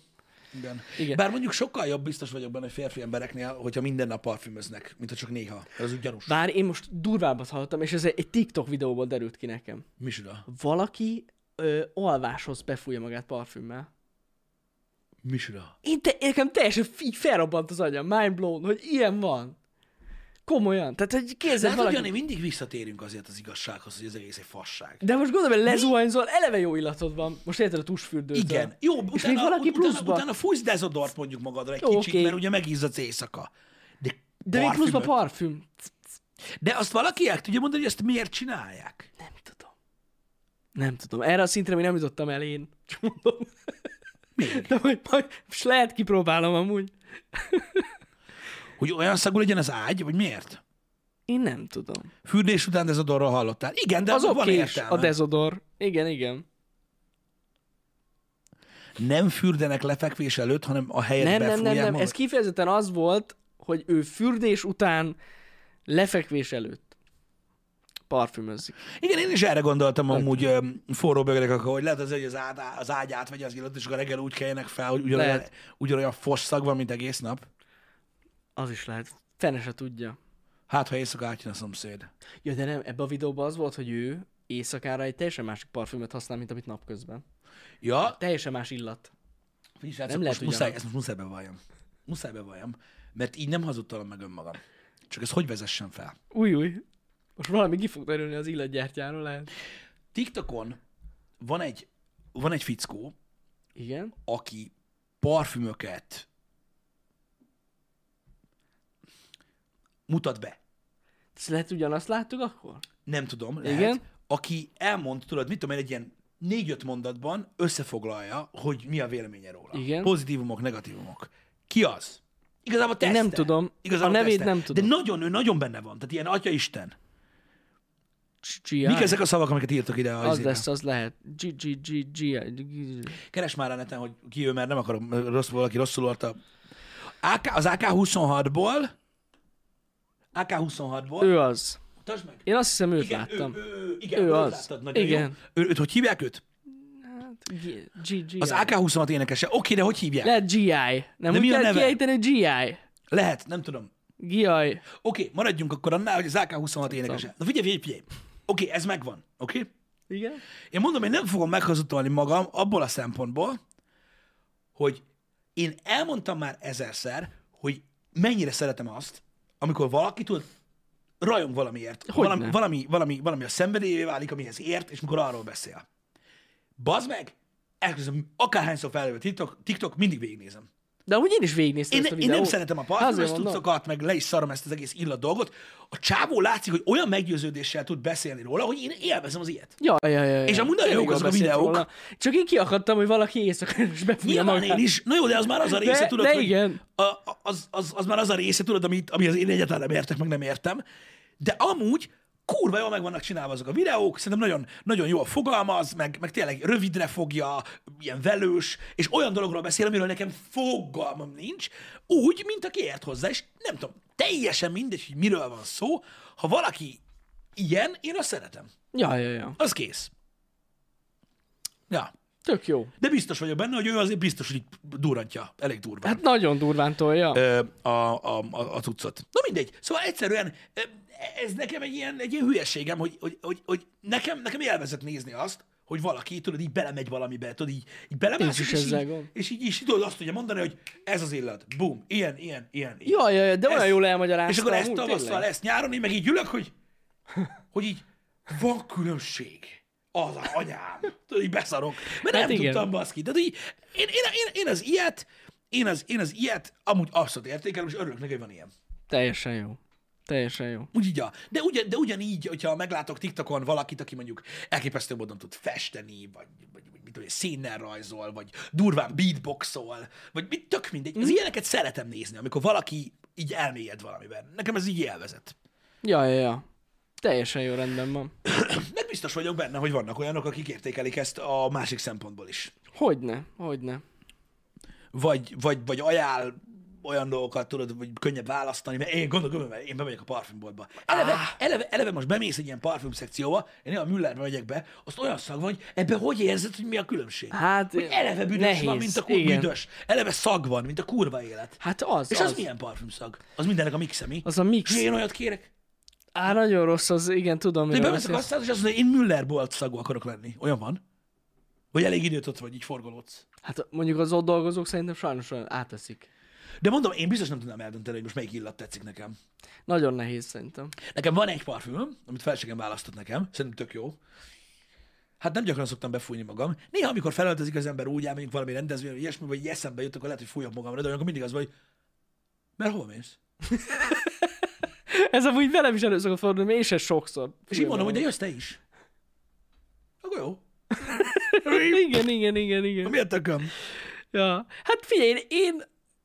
igen. Igen. Bár mondjuk sokkal jobb biztos vagyok benne, hogy férfi embereknél, hogyha minden nap parfümöznek, mint ha csak néha. Mert Az úgy gyanús. Bár én most durvábbat hallottam, és ez egy egy TikTok videóból derült ki nekem. Micsoda? Valaki ö, alváshoz befújja magát parfümmel. Micsoda? Én te, nekem teljesen így felrobbant az agyam, mind blown, hogy ilyen van. Komolyan. Tehát, hogy képzeld Látod, valaki... Hát, Jani, mindig visszatérünk azért az igazsághoz, hogy az egész egy fasság. De most gondolom, hogy lezuhanyzol, eleve jó illatod van. Most érted a tusfürdőt. Igen. Jó, utána, még valaki utána, pluszba? utána fújsz dezodort mondjuk magadra egy Jó, kicsit, oké. mert ugye megizzadsz éjszaka. De, De még pluszba parfümöt- parfüm. De azt valaki el tudja mondani, hogy ezt miért csinálják? Nem tudom. Nem tudom. Erre a szintre még nem jutottam el én. Csak mondom. De majd, majd s lehet kipróbálom amúgy. Hogy olyan szagú legyen az ágy, vagy miért? Én nem tudom. Fürdés után dezodorról hallottál. Igen, de De az azok van oké is, értelme. a dezodor. Igen, igen. Nem fürdenek lefekvés előtt, hanem a helyet Nem, nem, befújják nem, nem. magukat. Ez kifejezetten az volt, hogy ő fürdés után, lefekvés előtt parfümözik. Igen, én is erre gondoltam amúgy öm, forró bögrek, akkor, hogy lehet az, hogy az, ágy, az ágy átvegye az illat, és akkor reggel úgy keljenek fel, hogy ugyanolyan, Lehet. ugyanolyan fos szag van, mint egész nap. Az is lehet. Fene se tudja. Hát, ha éjszaka átjön a szomszéd. Ja, de nem, ebbe a videóban az volt, hogy ő éjszakára egy teljesen másik parfümöt használ, mint amit napközben. Ja, Teljesen más illat. Figyelj, srácok, nem Nem lehet most muszáj, ezt ugyanaz. most muszáj bevalljam. Muszáj bevalljam, mert így nem hazudtalom meg önmagam. Csak ez hogy vezessen fel? Új, új. Most valami ki fog derülni az illatgyártyáról, lehet. TikTokon van egy, van egy fickó, Igen. aki parfümöket mutat be. Ezt lehet ugyanazt láttuk akkor? Nem tudom, lehet. Igen? Aki elmond, tudod, mit tudom én, egy ilyen négy-öt mondatban összefoglalja, hogy mi a véleménye róla. Igen. Pozitívumok, negatívumok. Ki az? Igazából Én teszte. nem tudom. Igazából A nevét teszte. nem tudom. De nagyon, ő nagyon benne van. Tehát ilyen atya Isten. Csia. Mik ezek a szavak, amiket írtok ide? Az Az lesz, az lehet. G, G, G, G, G. Keres már a neten, hogy ki ő, mert nem akarom, ö, rossz valaki rosszul adta. AK, az AK-26-ból, AK-26-ból, Ő az. mutasd meg. Én azt hiszem, őt láttam. Ő, ő, igen, Ő őt az. Láttad, nagyon Igen. Jó. Ő, őt hogy hívják őt? G- G, G, Az AK-26 énekese. Oké, de hogy hívják? Le- Lehet GI. Nem mi úgy a kell neve? kiejteni, hogy GI. Lehet, nem tudom. GI. Oké, maradjunk akkor annál, hogy az AK-26 énekese. Na figyelj, figyelj, figyelj. Oké, ez megvan. Oké? Igen? Én mondom, én nem fogom meghazudtolni magam abból a szempontból, hogy én elmondtam már ezerszer, hogy mennyire szeretem azt, amikor valaki tud rajong valamiért. Valami, ne? valami, valami, valami a szenvedélyé válik, amihez ért, és mikor arról beszél. Bazd meg! Elkezdem, akárhányszor felvett TikTok, TikTok, mindig végignézem. De úgy én is végignéztem Én, ezt a ne, én videót. nem szeretem a Azért parfümös mondom. cuccokat, meg le is szarom ezt az egész illat dolgot. A csávó látszik, hogy olyan meggyőződéssel tud beszélni róla, hogy én élvezem az ilyet. Ja, ja, ja, ja. És amúgy nagyon Elég jók jól azok a beszélt videók. róla. Csak én kiakadtam, hogy valaki éjszaka is befújja Nyilván magát. én is. Na jó, de az már az a része, De- tudod, de hogy igen. A, a- az, az, az, már az a része, tudod, amit, amihez én egyáltalán nem értek, meg nem értem. De amúgy kurva jól meg vannak csinálva azok a videók, szerintem nagyon, nagyon jól fogalmaz, meg, meg tényleg rövidre fogja, ilyen velős, és olyan dologról beszél, amiről nekem fogalmam nincs, úgy, mint aki ért hozzá, és nem tudom, teljesen mindegy, hogy miről van szó, ha valaki ilyen, én azt szeretem. Ja, ja, ja. Az kész. Ja. Tök jó. De biztos vagyok benne, hogy ő azért biztos, hogy így durantja. Elég durva. Hát nagyon durván tolja. Ö, a, a, a, a cuccot. Na mindegy. Szóval egyszerűen ö, ez nekem egy ilyen, egy ilyen hülyeségem, hogy, hogy, hogy, hogy nekem, nekem élvezett nézni azt, hogy valaki, tudod, így belemegy valamibe, tudod, így, így belemászik, Nincs is és, ezzel így, gond. és így, így, tudod, azt tudja mondani, hogy ez az illat, bum, ilyen, ilyen, ilyen. ilyen. Ja, ja, ja, de olyan Ez- jól elmagyarázta. és akkor ezt amúgy, tavasszal, tényleg. ezt nyáron, én meg így ülök, hogy, hogy így van különbség. Az a anyám. Tudod, így beszarok. Mert Hát nem igen. tudtam baszki. Tehát így, én, én, én, én, az ilyet, én az, én az ilyet amúgy abszolút értékelem, és örülök neki, hogy van ilyen. Teljesen jó. Teljesen jó. Úgy így a, de, ugyan, de ugyanígy, hogyha meglátok TikTokon valakit, aki mondjuk elképesztő módon tud festeni, vagy, vagy, vagy mit tudom, én, színnel rajzol, vagy durván beatboxol, vagy mit, tök mindegy. Mhm. Az ilyeneket szeretem nézni, amikor valaki így elmélyed valamiben. Nekem ez így élvezet. Ja, ja, ja. Teljesen jó rendben van. Meg biztos vagyok benne, hogy vannak olyanok, akik értékelik ezt a másik szempontból is. Hogyne, hogyne. Vagy, vagy, vagy ajánl olyan dolgokat, tudod, hogy könnyebb választani, mert én gondolom, mert én bemegyek a parfümboltba. Eleve, Ah. eleve, eleve, most bemész egy ilyen parfüm szekcióba, én olyan Müllerbe megyek be, azt olyan szag van, hogy ebben hogy érzed, hogy mi a különbség? Hát, hogy eleve büdös nehéz, van, mint a kur- igen. büdös. Eleve szag van, mint a kurva élet. Hát az, És az. az, az milyen parfümszag? Az mindennek a mixe, mi? Az a mix. És én olyat kérek. Á, nagyon rossz az, igen, tudom. Én miről bemeszek beszélsz. aztán, és azt mondja, én Müller bolt szagú akarok lenni. Olyan van? Vagy elég időt ott vagy, így forgolódsz. Hát mondjuk az ott dolgozók szerintem sajnos olyan átveszik. De mondom, én biztos nem tudnám eldönteni, hogy most melyik illat tetszik nekem. Nagyon nehéz szerintem. Nekem van egy parfümöm, amit feleségem választott nekem, szerintem tök jó. Hát nem gyakran szoktam befújni magam. Néha, amikor felöltözik az ember úgy, elmegyünk valami rendezvényre, vagy ilyesmi, vagy így eszembe jut, akkor lehet, hogy fújok magamra, de olyankor mindig az vagy, mert hova mész? Ez amúgy velem is elő szokott fordulni, én se sokszor. És így mondom, hogy de jössz te is. Akkor jó. Igen, igen, igen, igen. Mi a tököm? Ja. Hát figyelj, én- én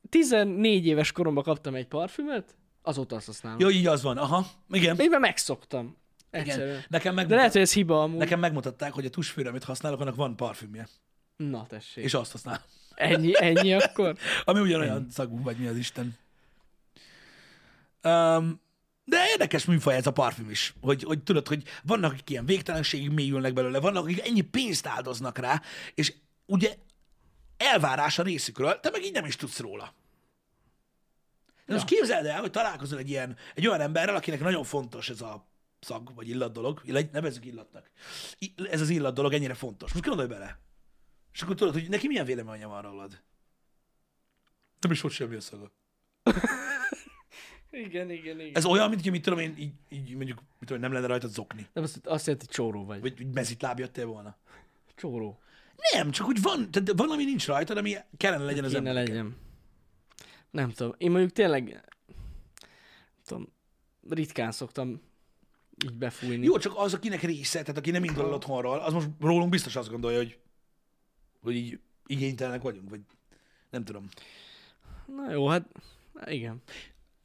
14 éves koromban kaptam egy parfümöt, azóta azt használom. Jó. Jó, így az van, aha. Igen. Én már megszoktam. Egyszerűen. igen. Igen. Nekem, De lehet, megmutat... hogy ez hiba amúgy. Nekem... nekem megmutatták, hogy a tusfőre, amit használok, annak van parfümje. Na tessék. És... És azt használ. Ennyi, ennyi akkor? Ami ugyanolyan szagú, vagy mi az Isten. Um, de érdekes műfaj ez a parfüm is, hogy, hogy tudod, hogy vannak, akik ilyen végtelenségig mélyülnek belőle, vannak, akik ennyi pénzt áldoznak rá, és ugye elvárás a részükről, te meg így nem is tudsz róla. De most képzeld el, hogy találkozol egy, ilyen, egy olyan emberrel, akinek nagyon fontos ez a szag, vagy illat dolog, illat, nevezzük illatnak. I- Ez az illat dolog ennyire fontos. Most gondolj bele. És akkor tudod, hogy neki milyen véleménye van rólad. Nem is volt semmi a szaga. Igen, igen, igen. Ez... Ez olyan, mint hogy mit tudom én, így, így mondjuk, mit tudom, én, nem lenne rajta zokni. Nem azt, azt jelenti, hogy csóró vagy. vagy. Vagy hogy mezit lábjöttél volna. Csóró. Nem, csak úgy van, tehát valami nincs rajta, ami kellene legyen az Kéne ember. legyen. Nem tudom. Én mondjuk tényleg nem tudom, ritkán szoktam így befújni. Jó, csak az, akinek része, tehát aki nem indul el otthonról, az most rólunk biztos azt gondolja, hogy, hogy így igénytelenek vagyunk, vagy nem tudom. Na jó, hát na igen.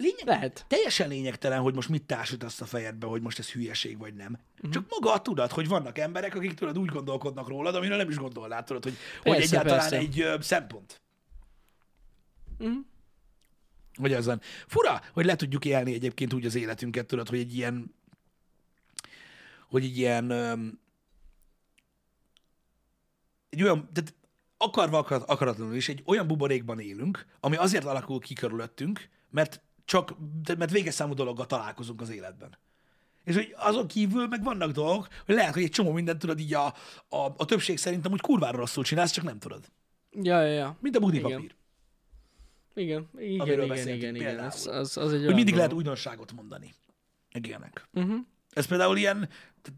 Lényeg, Lehet. Teljesen lényegtelen, hogy most mit társítasz a fejedbe, hogy most ez hülyeség vagy nem. Mhm. Uh-huh. Csak maga a tudat, hogy vannak emberek, akik tudod úgy gondolkodnak rólad, amire nem is gondolnád, tudod, hogy, hogy Persze, egyáltalán persze. egy ö, szempont. Mhm. Hogy ezen. Fura, hogy le tudjuk élni egyébként úgy az életünket, tudod, hogy egy ilyen hogy egy ilyen öm, egy olyan, tehát akarva akar- akaratlanul is egy olyan buborékban élünk, ami azért alakul ki körülöttünk, mert csak, de- mert véges számú dologgal találkozunk az életben. És hogy azon kívül meg vannak dolgok, hogy lehet, hogy egy csomó mindent tudod így a, a, a többség szerint amúgy kurvára rosszul csinálsz, csak nem tudod. Ja, ja, ja. Mint a budi Igen. papír. Igen, igen, Amiről igen, beszéltünk igen, igen. például. Az, az, az egy Hogy mindig lehet újdonságot mondani. Meg ilyenek. Uh-huh. Ez például ilyen,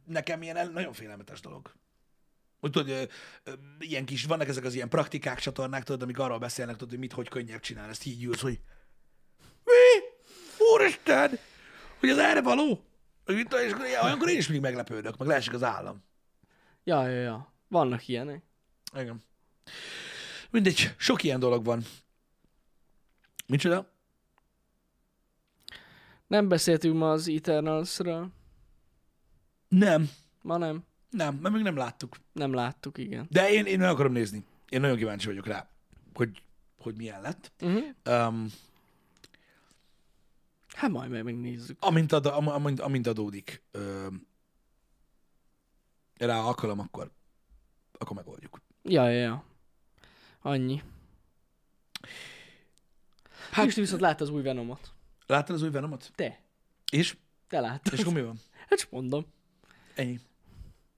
nekem ilyen el- nagyon félelmetes dolog. Hogy tudod, ö, ö, ilyen kis, vannak ezek az ilyen praktikák, csatornák, tudod, amik arról beszélnek, tudod, hogy mit, hogy könnyebb csinál, ezt így ülsz, hogy mi? Úristen! Hogy az erre való? Hogy mit tudom, És akkor ilyen- olyankor én is mindig meglepődök, meg leesik az állam. Ja, ja, ja. Vannak ilyenek. Igen. Mindegy, sok ilyen dolog van. Micsoda? Nem beszéltünk ma az Eternals-ről. Nem, Ma nem. nem, mert még nem láttuk. Nem láttuk, igen. De én, én meg akarom nézni. Én nagyon kíváncsi vagyok rá, hogy, hogy milyen lett. Uh-huh. Um, Hát majd meg megnézzük. amint, ad, am- amint, amint adódik ö, rá alkalom, akkor, akkor megoldjuk. Ja, ja, ja. Annyi. Hát, Hát- Pisti viszont látta az új Venomot. Láttad az új Venomot? Te. És? Te láttad. És akkor mi van? Hát csak mondom. Ennyi.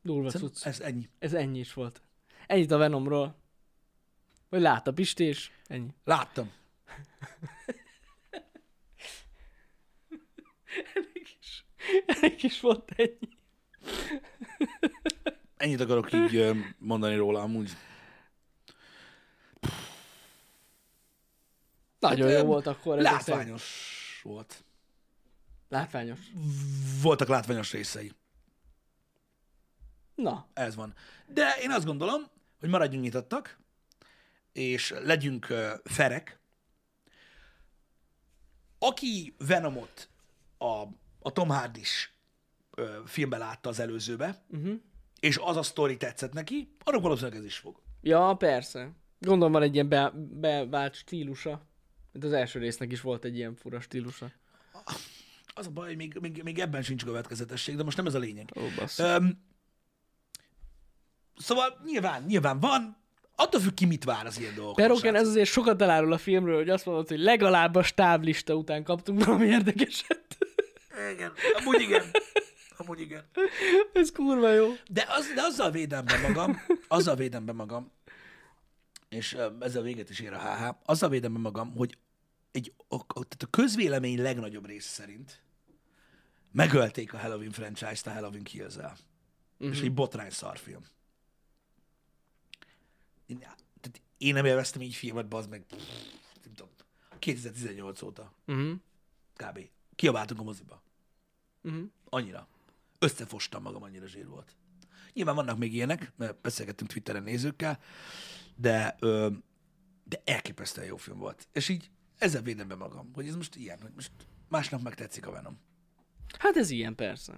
Durva Szerintem cucc. Ez ennyi. Ez ennyi is volt. Ennyit a Venomról. Vagy látta Pisti, és ennyi. Láttam. Elég is, elég is volt ennyi. Ennyit akarok így ö, mondani róla amúgy. Nagyon Hát, jó öm, Hát, volt akkor. ezek szerint. Látványos volt. Látványos. voltak látványos részei. Na, Ez van. De én azt gondolom, hogy maradjunk nyitottak, és legyünk ö, ferek. Aki Venomot a, a Tom Hardy-s ö, filmben látta az előzőbe, uh-huh. és az a sztori tetszett neki, arra valószínűleg ez is fog. ja, persze. Gondolom van egy ilyen be, bevált stílusa. Mint az első résznek is volt egy ilyen fura stílusa. Az a baj, hogy még, még, még ebben sincs következetesség, de most nem ez a lényeg. Ó, basszus. Öm, szóval nyilván, nyilván van, attól függ ki, mit vár az ilyen dolgok. Peroken, ez azért sokat elárul a filmről, hogy azt mondod, hogy legalább a stáblista után kaptunk valami érdekeset. Igen, amúgy igen. Amúgy igen. ez kurva jó. De, az, de azzal védem be magam, azzal védem be magam, és ö, ezzel véget is ér a HH, azzal védem be magam, hogy egy, a, a, tehát a közvélemény legnagyobb része szerint megölték a Halloween franchise-t a Halloween kills Mm-hmm. És egy botrány szarfilm. Én, tehát én nem élveztem így filmet, bazd meg, pff, nem tudom, 2018 óta Uh-huh. kb. Kiabáltunk a moziba. Mhm. Annyira. Összefostam magam, annyira zsír volt. Nyilván vannak még ilyenek, mert beszélgettünk Twitteren nézőkkel, de, ö, de elképesztően jó film volt. És így ezzel védem be magam, hogy ez most ilyen, hogy most másnak meg tetszik a Venom. Hát ez ilyen, persze.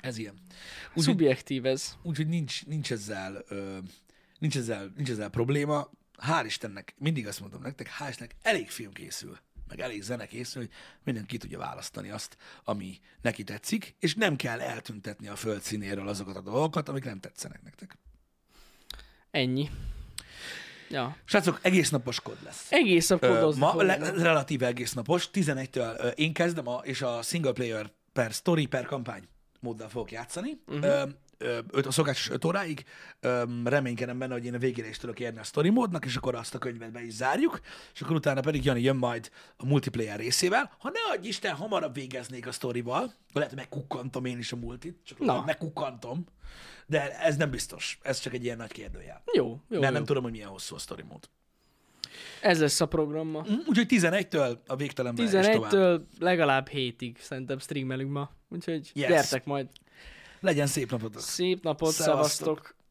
Ez ilyen. Úgyhogy Szubjektív ez. úgyhogy nincs, nincs, ezzel, ö, nincs, ezzel, nincs ezzel probléma. Hál' Istennek, mindig azt mondom nektek, hál' Istennek elég film készül, meg elég zene készül, hogy mindenki tudja választani azt, ami neki tetszik, és nem kell eltüntetni a föld színéről azokat a dolgokat, amik nem tetszenek nektek. Ennyi. Ja. Srácok, egész napos kod lesz. Egész nap Ö, kodozni ma fogunk. le, relatív egész napos, 11-től ö, én kezdem, a, és a single player per story per kampány móddal fogok játszani. Mhm. Uh-huh. Ö, ö, öt, a szokásos 5 óráig. Ö, reménykedem benne, hogy én a végére is tudok érni a story módnak, és akkor azt a könyvet be is zárjuk, és akkor utána pedig Jani jön majd a multiplayer részével. Ha ne adj Isten, hamarabb végeznék a sztorival, akkor lehet, hogy megkukkantom én is a multit, csak Na. Na. megkukkantom, de ez nem biztos. Ez csak egy ilyen nagy kérdőjel. Jó, jó, Mert jó. nem tudom, hogy milyen hosszú a story mód. Ez lesz a program ma. Mm, Úgyhogy 11-től a végtelenbe is tovább. 11-től legalább hétig szerintem streamelünk ma. Úgyhogy Yes. gyertek majd. Legyen szép napotok! Szép napot, Szevasztok. szevasztok!